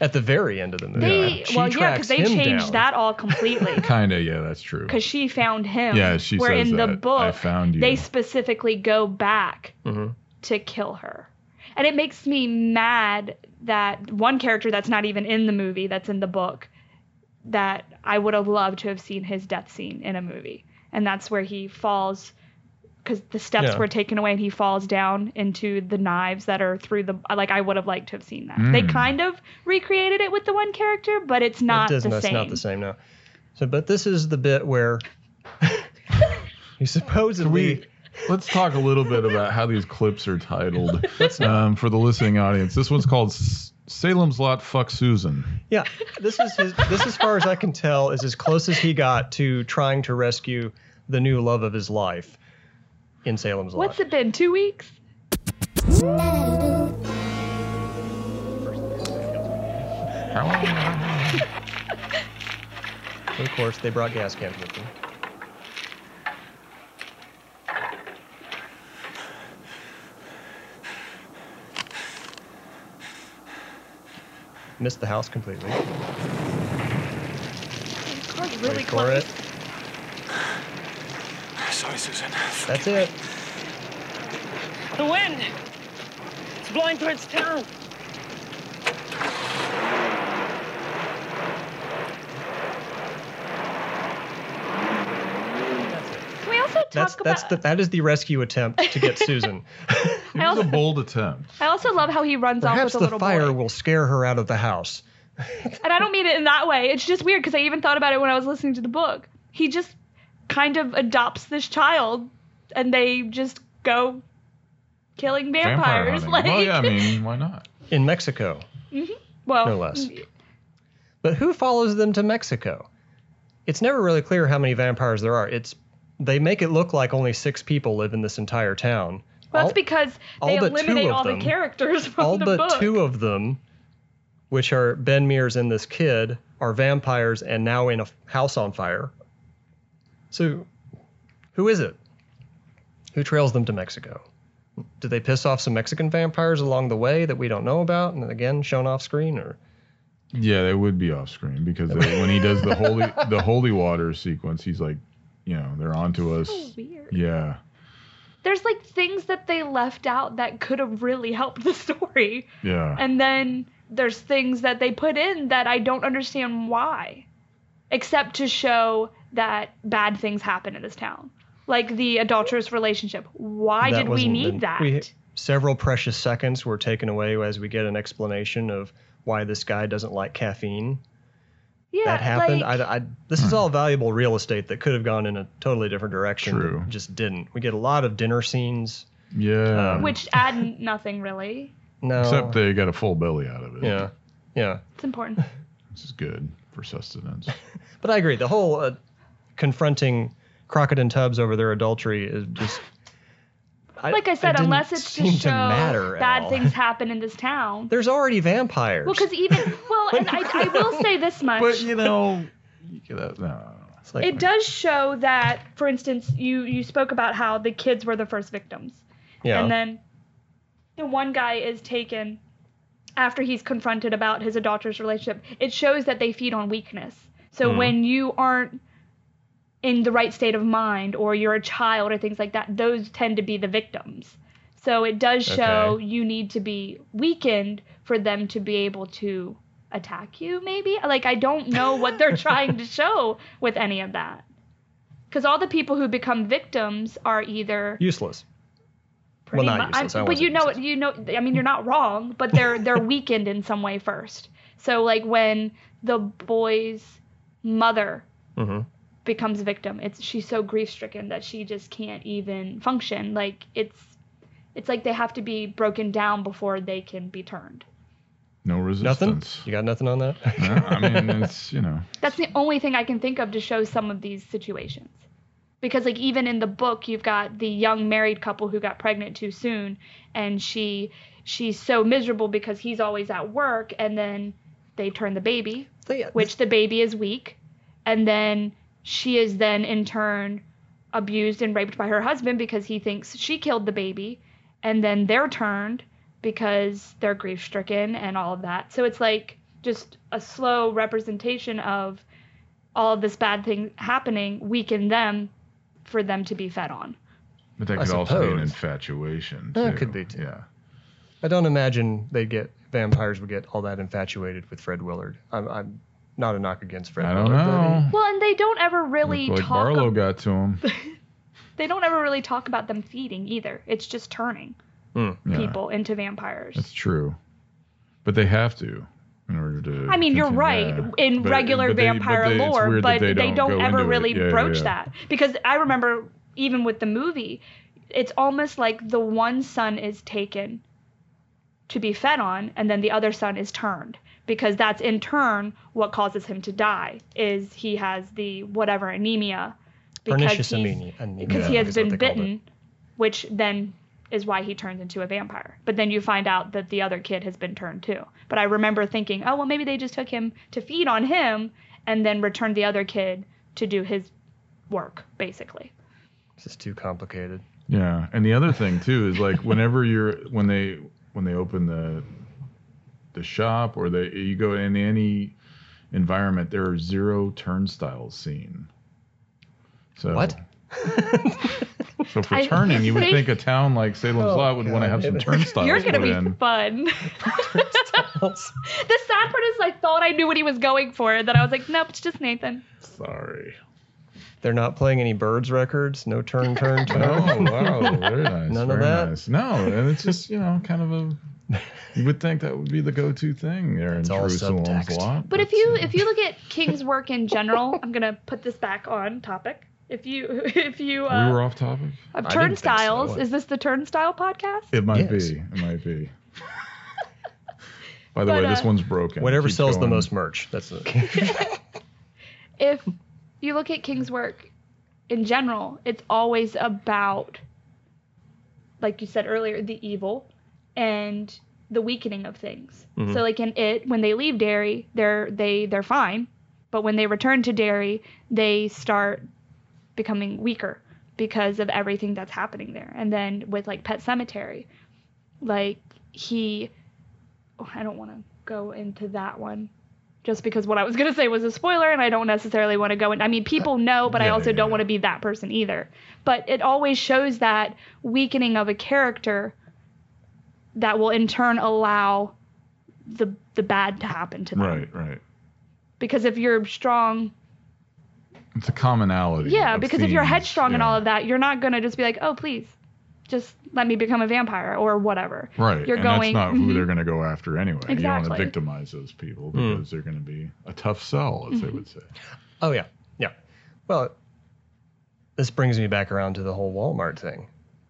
S1: At the very end of the movie,
S4: they
S1: she
S4: well yeah
S1: tracks
S4: because they
S1: him
S4: changed
S1: down.
S4: that all completely
S3: Kinda, yeah, that's true.
S4: because she found him.
S3: Yeah, she
S4: Where
S3: says
S4: in the
S3: that,
S4: book
S3: "I found you."
S4: they specifically go back
S1: Mhm.
S4: to kill her, and it makes me mad that one character that's not even in the movie that's in the book that I would have loved to have seen his death scene in a movie, and that's where he falls because the steps
S1: Yeah.
S4: were taken away and he falls down into the knives that are through the like I would have liked to have seen that. They
S3: Mm.
S4: kind of recreated it with the one character, but it's not
S1: it doesn't.
S4: the
S1: that's
S4: same.
S1: not the same now. So, but this is the bit
S4: [LAUGHS]
S1: where [LAUGHS] you supposedly
S3: we let's talk a little bit about how these clips are titled um, for the listening audience. This one's called S- Salem's Lot Fuck Susan.
S1: yeah this is his this as far as I can tell is as close as he got to trying to rescue the new love of his life in Salem's
S4: What's
S1: Lot.
S4: it been? Two weeks?
S1: Of course, they brought gas cans with them. Missed the house completely.
S4: This car's really
S1: Wait for
S4: close.
S1: it.
S2: Sorry, Susan.
S1: That's it.
S9: The wind! It's blowing towards town.
S4: Can we also talk
S1: That's
S4: about?
S1: that's the that is the rescue attempt to
S4: [LAUGHS]
S1: get Susan.
S3: It
S4: I
S3: was a
S4: also-
S3: bold attempt.
S4: I also love how he runs
S1: Perhaps
S4: off with a
S1: the
S4: little
S1: fire
S4: boy.
S1: will scare her out of the house.
S4: And I don't mean it in that way. It's just weird because I even thought about it when I was listening to the book. He just kind of adopts this child, and they just go killing
S3: Vampire
S4: vampires. [LAUGHS]
S3: hunting.
S4: like,
S3: well, yeah, I mean, why not?
S1: in Mexico.
S4: well,
S1: no less. But who follows them to Mexico? It's never really clear how many vampires there are. It's they make it look like only six people live in this entire town.
S4: Well,
S1: all,
S4: that's because
S1: all
S4: they
S1: but two
S4: eliminate
S1: of
S4: all
S1: them.
S4: the characters from
S1: all
S4: the
S1: but
S4: book.
S1: two of them, which are Ben Mears and this kid, are vampires and now in a f- house on fire. So, who is it? Who trails them to Mexico? Did they piss off some Mexican vampires along the way that we don't know about and again shown off screen or?
S3: Yeah, they would be off screen because they, when he does the holy the holy water sequence, he's like, you know, they're onto us.
S4: [LAUGHS] So weird.
S3: Yeah.
S4: There's like things that they left out that could have really helped the [LAUGHS] story.
S3: Yeah.
S4: and then there's things that they put in that I don't understand why, except to show that bad things happen in this town, like the adulterous relationship. Why
S1: That
S4: did we
S1: wasn't
S4: need
S1: the-
S4: that?
S1: we- several precious seconds were taken away as we get an explanation of why this guy doesn't like caffeine.
S4: yeah,
S1: that happened.
S4: Like,
S1: I, I, this
S3: Hmm.
S1: is all valuable real estate that could have gone in a totally different direction. but
S3: True.
S1: Just didn't. We get a lot of dinner scenes.
S3: yeah.
S1: Um,
S4: which Oh. add n- nothing really.
S1: No.
S3: Except they got a full belly out of it.
S1: yeah. Yeah. [LAUGHS]
S4: It's important.
S3: Which is good for
S4: [LAUGHS]
S3: sustenance.
S1: But I agree. The whole uh, confronting Crockett and Tubbs over their adultery is just.
S4: Like I said,
S1: didn't
S4: unless it's to
S1: seem
S4: show
S1: matter at
S4: bad
S1: all.
S4: things happen in this
S1: [LAUGHS]
S4: town.
S1: There's already vampires.
S4: Well, because even
S1: [LAUGHS]
S4: well, and I, I will say this much.
S3: but you know, you get out- no.
S1: It's like-
S4: It does show that, for instance, you you spoke about how the kids were the first victims.
S1: Yeah.
S4: And then the one guy is taken after he's confronted about his adulterous relationship. It shows that they feed on weakness. So
S1: Hmm.
S4: when you aren't in the right state of mind or you're a child or things like that, those tend to be the victims. So it does show
S1: Okay.
S4: you need to be weakened for them to be able to attack you maybe. Like I don't know
S1: [LAUGHS]
S4: what they're trying to show with any of that. Cuz all the people who become victims are either
S1: useless.
S4: pretty
S1: well, not
S4: mu- I'm-
S1: useless. I
S4: but
S1: wasn't
S4: you know,
S1: useless.
S4: you know, I mean, you're not wrong, but they're they're weakened in some way first. So like when the boy's mother
S1: Mhm.
S4: becomes a victim, it's she's so grief stricken that she just can't even function. Like it's it's like they have to be broken down before they can be turned.
S3: No
S1: Nothing?
S3: resistance.
S1: You got nothing on that? [LAUGHS]
S3: No, I mean, it's you know,
S4: That's the only thing I can think of to show some of these situations. because like even in the book you've got the young married couple who got pregnant too soon and she she's so miserable because he's always at work and then they turn the baby
S1: They-
S4: which the baby is weak and then she is then in turn abused and raped by her husband because he thinks she killed the baby and then they're turned because they're grief stricken and all of that so it's like just a slow representation of all of this bad thing happening weaken them for them to be fed on
S3: But that
S1: I
S3: could also be an
S1: suppose.
S3: infatuation.
S1: Yeah, it
S3: too.
S1: could be, too.
S3: Yeah.
S1: I don't imagine they get vampires would get all that infatuated with Fred Willard. I'm, I'm not a knock against Fred.
S3: I don't
S1: Willard,
S3: know.
S4: well and they don't ever really
S3: Looked like
S4: talk
S3: Barlow got to him.
S4: they don't ever really talk about them feeding either it's just turning
S3: Yeah,
S4: [LAUGHS] people into vampires
S3: That's true. But they have to in order to.
S4: I mean, you're
S3: continue-
S4: right
S3: yeah.
S4: in
S3: But-
S4: regular
S3: but they- but
S4: vampire
S3: they- it's
S4: lore,
S3: weird that
S4: but they don't,
S3: go into
S4: ever
S3: it.
S4: really
S3: Yeah, yeah,
S4: broach
S3: yeah.
S4: that. Because I remember even with the movie, it's almost like the one son is taken to be fed on, and then the other son is turned because that's in turn what causes him to die. Is he has the whatever anemia
S1: but
S4: because
S1: pernicious
S4: he's-
S1: anemia. anemia,
S4: because he
S1: I think
S4: has
S1: is what
S4: been
S1: they called it.
S4: bitten, which then is why he turns into a vampire. But then you find out that the other kid has been turned too. But I remember thinking, oh well, maybe they just took him to feed on him and then returned the other kid to do his work, basically.
S1: It's just too complicated.
S3: Yeah, and the other thing too is like whenever you're when they when they open the the shop or they you go in any environment, there are zero turnstiles seen. So
S1: What?
S3: So for
S4: I-
S3: turning, you would
S4: see?
S3: think a town like Salem's
S1: Oh,
S3: Lot would want to
S1: God. [LAUGHS]
S3: have some turnstiles
S4: You're gonna
S3: put
S4: be [LAUGHS]
S3: in.
S4: fun.
S1: [LAUGHS] That's-
S4: the sad part is I thought I knew what he was going for, then I was like, nope, it's just Nathan.
S3: Sorry.
S1: They're not playing any birds records. No turn,
S3: [LAUGHS]
S1: turn, turn.
S3: Oh wow, very nice.
S1: None of
S3: very
S1: that?
S3: Nice. No, and it's just you know kind of a. You would think that would be the go-to thing there
S1: It's
S3: in
S1: all
S3: Jerusalem's
S1: subtext.
S3: Lot.
S4: But if you if you look at King's work in general, I'm gonna put this back on topic. If you [LAUGHS] if you uh,
S3: we were off topic.
S4: of
S1: I didn't think so.
S4: turnstiles. Is this the turnstile podcast?
S3: It might
S1: Yes.
S3: be. It might
S4: [LAUGHS]
S3: be. By the
S4: But,
S3: way, this
S4: uh,
S3: one's broken.
S1: Whatever
S3: Keep
S1: sells
S3: going.
S1: the most merch. That's it.
S4: If you look at King's work in general, it's always about, like you said earlier, the evil and the weakening of things.
S3: Mm-hmm.
S4: So like in it, when they leave Derry, they're they they're fine, but when they return to Derry, they start becoming weaker because of everything that's happening there. And then with like Pet Cemetery, like he oh, I don't want to go into that one just because what I was going to say was a spoiler and I don't necessarily want to go in. I mean, people know, but I
S3: Yeah,
S4: also
S3: yeah,
S4: don't
S3: yeah.
S4: want to be that person either. But it always shows that weakening of a character that will in turn allow the the bad to happen to them.
S3: Right, right.
S4: Because if you're strong,
S3: It's a commonality.
S4: yeah,
S3: of
S4: because if you're
S3: themes,
S4: headstrong and
S3: yeah.
S4: all of that, you're not going to just be like, "Oh, please, just let me become a vampire or whatever."
S3: Right.
S4: You're
S3: and
S4: going-
S3: That's not who
S4: Mhm.
S3: they're going to go after anyway. You don't want
S4: Exactly.
S3: to victimize those people
S1: Hmm.
S3: because they're going to be a tough sell, as
S4: Mm-hmm.
S3: they would say.
S1: oh yeah, yeah. Well, this brings me back around to the whole Walmart thing,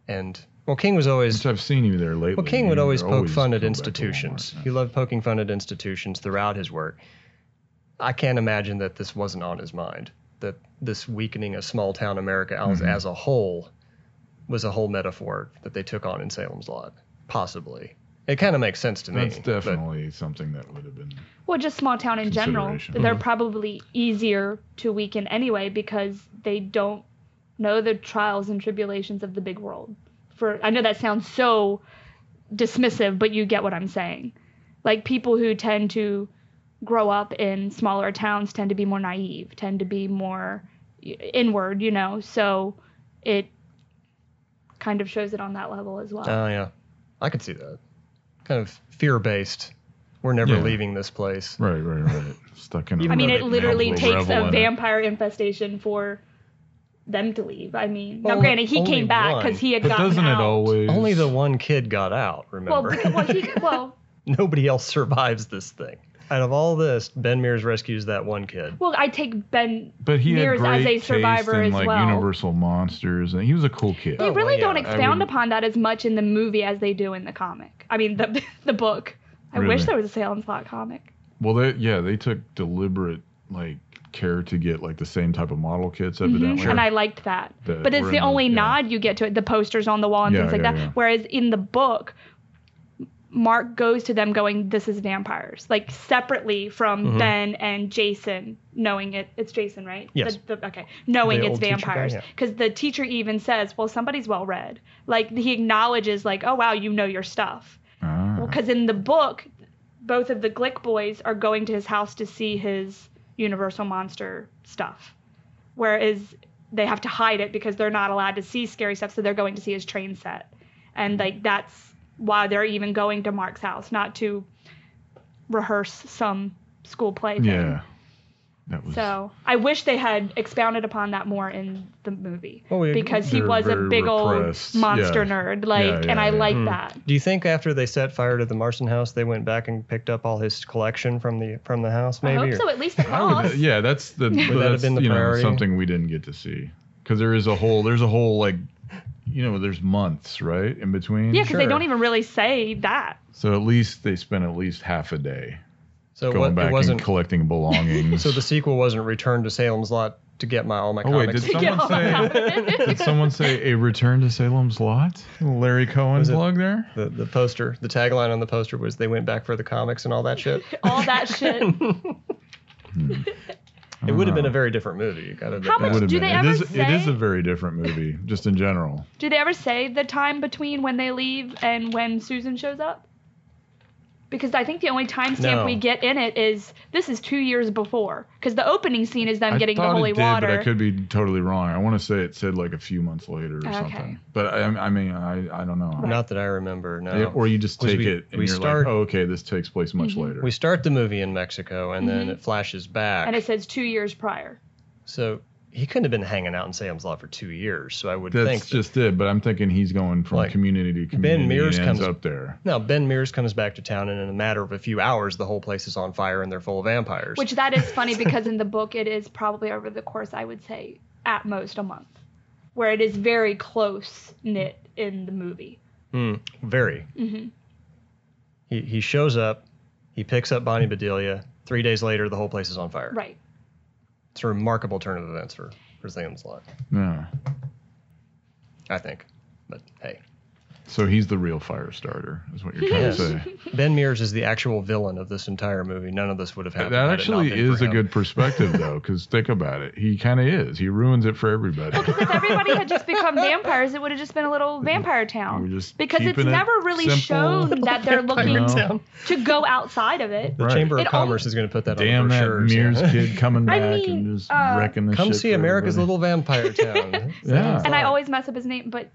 S1: and well, King was always
S3: Which I've seen you there lately.
S1: Well, King would
S3: You
S1: always poke fun at
S3: go back to
S1: institutions.
S3: Walmart.
S1: He loved poking fun at institutions throughout his work. I can't imagine that this wasn't on his mind, that this weakening of small town America
S3: Mm-hmm.
S1: as, as a whole was a whole metaphor that they took on in Salem's Lot, possibly. It kind of makes sense to me.
S3: That's
S1: but-
S3: definitely something that would have been.
S4: Well, just small town in general,
S3: Consideration.
S4: they're probably easier to weaken anyway because they don't know the trials and tribulations of the big world. For I know that sounds so dismissive, but you get what I'm saying. Like people who tend to grow up in smaller towns tend to be more naive, tend to be more y- inward, you know. So it kind of shows it on that level as well.
S1: Oh, yeah. I could see that. Kind of fear based. We're never
S3: Yeah.
S1: leaving this place.
S3: Right, right, right. Stuck in. a
S4: I mean,
S3: rut
S4: it
S3: and
S4: literally
S3: we'll
S4: takes
S3: revel
S4: a
S3: in it.
S4: vampire infestation for them to leave. I mean,
S1: Well,
S4: now granted, he
S1: only
S4: came back
S1: one.
S4: because he had
S3: But
S4: gotten
S3: doesn't
S4: out.
S3: it always?
S1: Only the one kid got out,
S4: Well,
S1: remember?
S4: because, well, he,
S1: [LAUGHS]
S4: well,
S1: Nobody else survives this thing. Out of all this, Ben Mears rescues that one kid.
S4: well, I take Ben.
S3: But he had
S4: Mears
S3: great
S4: as a
S3: taste
S4: survivor
S3: in
S4: as
S3: like
S4: well.
S3: Universal Monsters, and he was a cool kid.
S4: They
S1: Oh, well,
S4: really
S1: yeah,
S4: don't
S1: I
S4: expound
S3: would-
S4: upon that as much in the movie as they do in the comic. I mean, the [LAUGHS] the book. I wish
S3: Really?
S4: there was a Salem's Lot comic.
S3: Well, they yeah, they took deliberate like care to get like the same type of model kits, evidently.
S4: Mm-hmm. And I liked that.
S3: That
S4: but it's
S3: we're
S4: the
S3: in the-
S4: only
S3: yeah.
S4: nod you get to it, the posters on the wall and
S3: Yeah,
S4: things like
S3: yeah,
S4: that.
S3: yeah.
S4: Whereas in the book, Mark goes to them going, This is vampires. Like separately from Ben and Jason knowing it it's Jason, right?
S1: Yes.
S4: The, the, okay. Knowing
S1: The
S4: it's
S1: old teacher guy,
S4: vampires.
S1: yeah.
S4: Because the teacher even says, Well, somebody's well read. Like he acknowledges, like, oh wow, you know your stuff.
S3: Ah.
S4: Because in the book, both of the Glick boys are going to his house to see his Universal Monster stuff. Whereas they have to hide it because they're not allowed to see scary stuff, so they're going to see his train set. And like that's why they're even going to Mark's house, not to rehearse some school play thing.
S3: yeah. That was
S4: So I wish they had expounded upon that more in the movie
S1: Well, we-
S4: because he
S3: They're
S4: was a
S3: very
S4: big
S3: repressed.
S4: old monster
S3: Yeah.
S4: nerd, like,
S3: yeah,
S4: and I
S3: yeah.
S4: like that.
S1: Do you think after they set fire to the Marston house, they went back and picked up all his collection from the from the house? Maybe.
S4: I hope
S1: or-
S4: so. At least the
S3: I would-
S4: cost.
S3: yeah, that's the but
S1: that have
S3: that's,
S1: been the
S3: you know,
S1: priority?
S3: something we didn't get to see because there is a whole there's a whole like you know there's months right in between.
S4: Yeah, because they
S1: Sure.
S4: don't even really say that. [LAUGHS]
S3: So at least they spent at least half a day
S1: So
S3: going
S1: what, it
S3: back and
S1: wasn't. [LAUGHS]
S3: collecting belongings.
S1: So the sequel wasn't Return to Salem's Lot to get my all my
S3: oh wait,
S1: comics.
S3: did
S4: To get
S3: someone
S4: all my
S3: say did someone say a return to Salem's Lot? Larry Cohen
S1: it-
S3: plug there.
S1: the, the poster, the tagline on the poster was they went back for the comics and all that
S4: [LAUGHS]
S1: shit.
S3: [LAUGHS]
S4: All that shit.
S1: It would have
S3: Uh-huh.
S1: been a very different movie. You gotta
S4: How much
S3: It would have
S4: do
S3: been.
S4: they
S3: it
S4: ever
S3: is it is
S4: say-
S3: a very different movie just in general.
S4: Do they ever say the time between when they leave and when Susan shows up? Because I think the only timestamp
S1: No.
S4: we get in it is this is two years before. Because the opening scene is them
S3: I
S4: getting the
S3: thought
S4: holy
S3: it did,
S4: water.
S3: But I could be totally wrong. I want to say it said like a few months later or something. But I, I mean, I, I don't know.
S1: Not that I remember. No.
S3: Yeah, Or you just
S1: 'Cause
S3: take
S1: we-
S3: it and
S1: we
S3: you're
S1: start-
S3: like, oh, okay, this takes place much
S4: Mm-hmm.
S3: later.
S1: we start the movie in Mexico and then it flashes back.
S4: And it says two years prior.
S1: so he couldn't have been hanging out in Salem's Lot for two years. So I would
S3: That's
S1: think that-
S3: just it. But I'm thinking he's going from
S1: Like,
S3: community to community.
S1: Mears
S3: and ends
S1: comes-
S3: up there.
S1: Now Ben Mears comes back to town, and in a matter of a few hours, the whole place is on fire and they're full of vampires.
S4: Which that is
S3: [LAUGHS]
S4: funny because in the book it is probably over the course, I would say, at most a month. Where it is very close knit in the movie.
S1: Mm, very. He he shows up, he picks up Bonnie Bedelia. Three days later, the whole place is on fire.
S4: Right.
S1: It's a remarkable turn of events for for Salem's Lot,
S3: Yeah.
S1: I think. But hey,
S3: So he's the real fire starter, is what you're trying
S1: Yes.
S3: to
S4: [LAUGHS]
S3: say.
S1: Ben Mears is the actual villain of this entire movie. None of this would have happened.
S3: That
S1: had it
S3: actually
S1: not been
S3: is
S1: for
S3: a
S1: him. [LAUGHS]
S3: good perspective, though, because think about it. He kind of is. He ruins it for everybody.
S4: if everybody had just become vampires, it would have just been a little vampire town.
S3: We're just
S4: because it's
S3: keeping it
S4: never really
S3: simple.
S4: shown [LAUGHS] that they're looking
S3: No.
S1: town.
S4: to go outside of it.
S1: The
S3: Right.
S1: Chamber of
S4: It al-
S1: Commerce is going to put that
S3: Damn
S1: on the
S3: that
S1: brochures. yeah. [LAUGHS]
S3: Mears kid coming
S4: I
S3: back
S4: mean,
S3: and just
S4: uh,
S3: wrecking the
S1: Come
S3: shit
S1: see
S3: for
S1: America's Little
S3: everybody. [LAUGHS]
S1: Vampire Town.
S3: Yeah.
S4: And I always mess up his name, but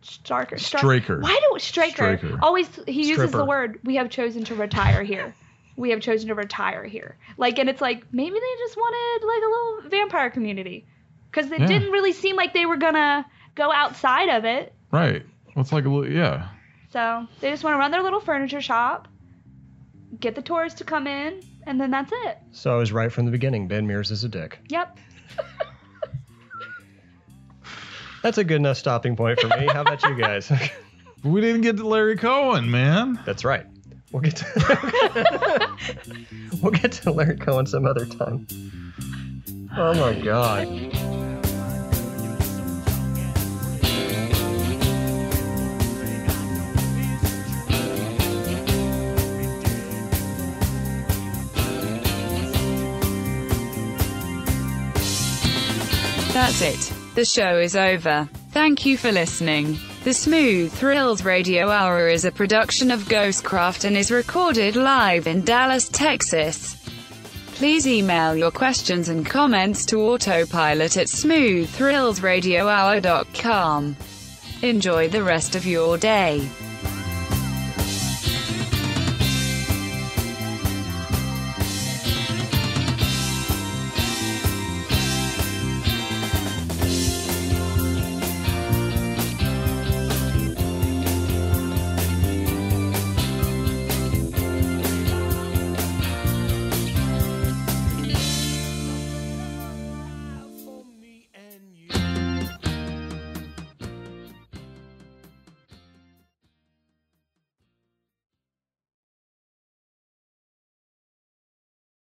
S4: Straker.
S3: Straker.
S4: Why do Straker?
S3: Straker.
S4: Always he uses
S1: Stripper.
S4: the word. We have chosen to retire here. We have chosen to retire here. Like, and it's like maybe they just wanted like a little vampire community, because it
S3: Yeah.
S4: didn't really seem like they were gonna go outside of it.
S3: Right. Well, it's like a little, yeah.
S4: So they just want to run their little furniture shop, get the tourists to come in, and then that's it.
S1: So I was right from the beginning. Ben Mears is a dick.
S4: Yep.
S1: That's a good enough stopping point for me. How about you guys? [LAUGHS]
S3: But we didn't get to Larry Cohen, man.
S1: That's right. We'll get to [LAUGHS] we'll get to Larry Cohen some other time. Oh my God.
S10: That's it. The show is over. Thank you for listening. The Smooth Thrills Radio Hour is a production of Ghostcraft and is recorded live in Dallas, Texas. Please email your questions and comments to autopilot at smooththrillsradiohour.com. Enjoy the rest of your day.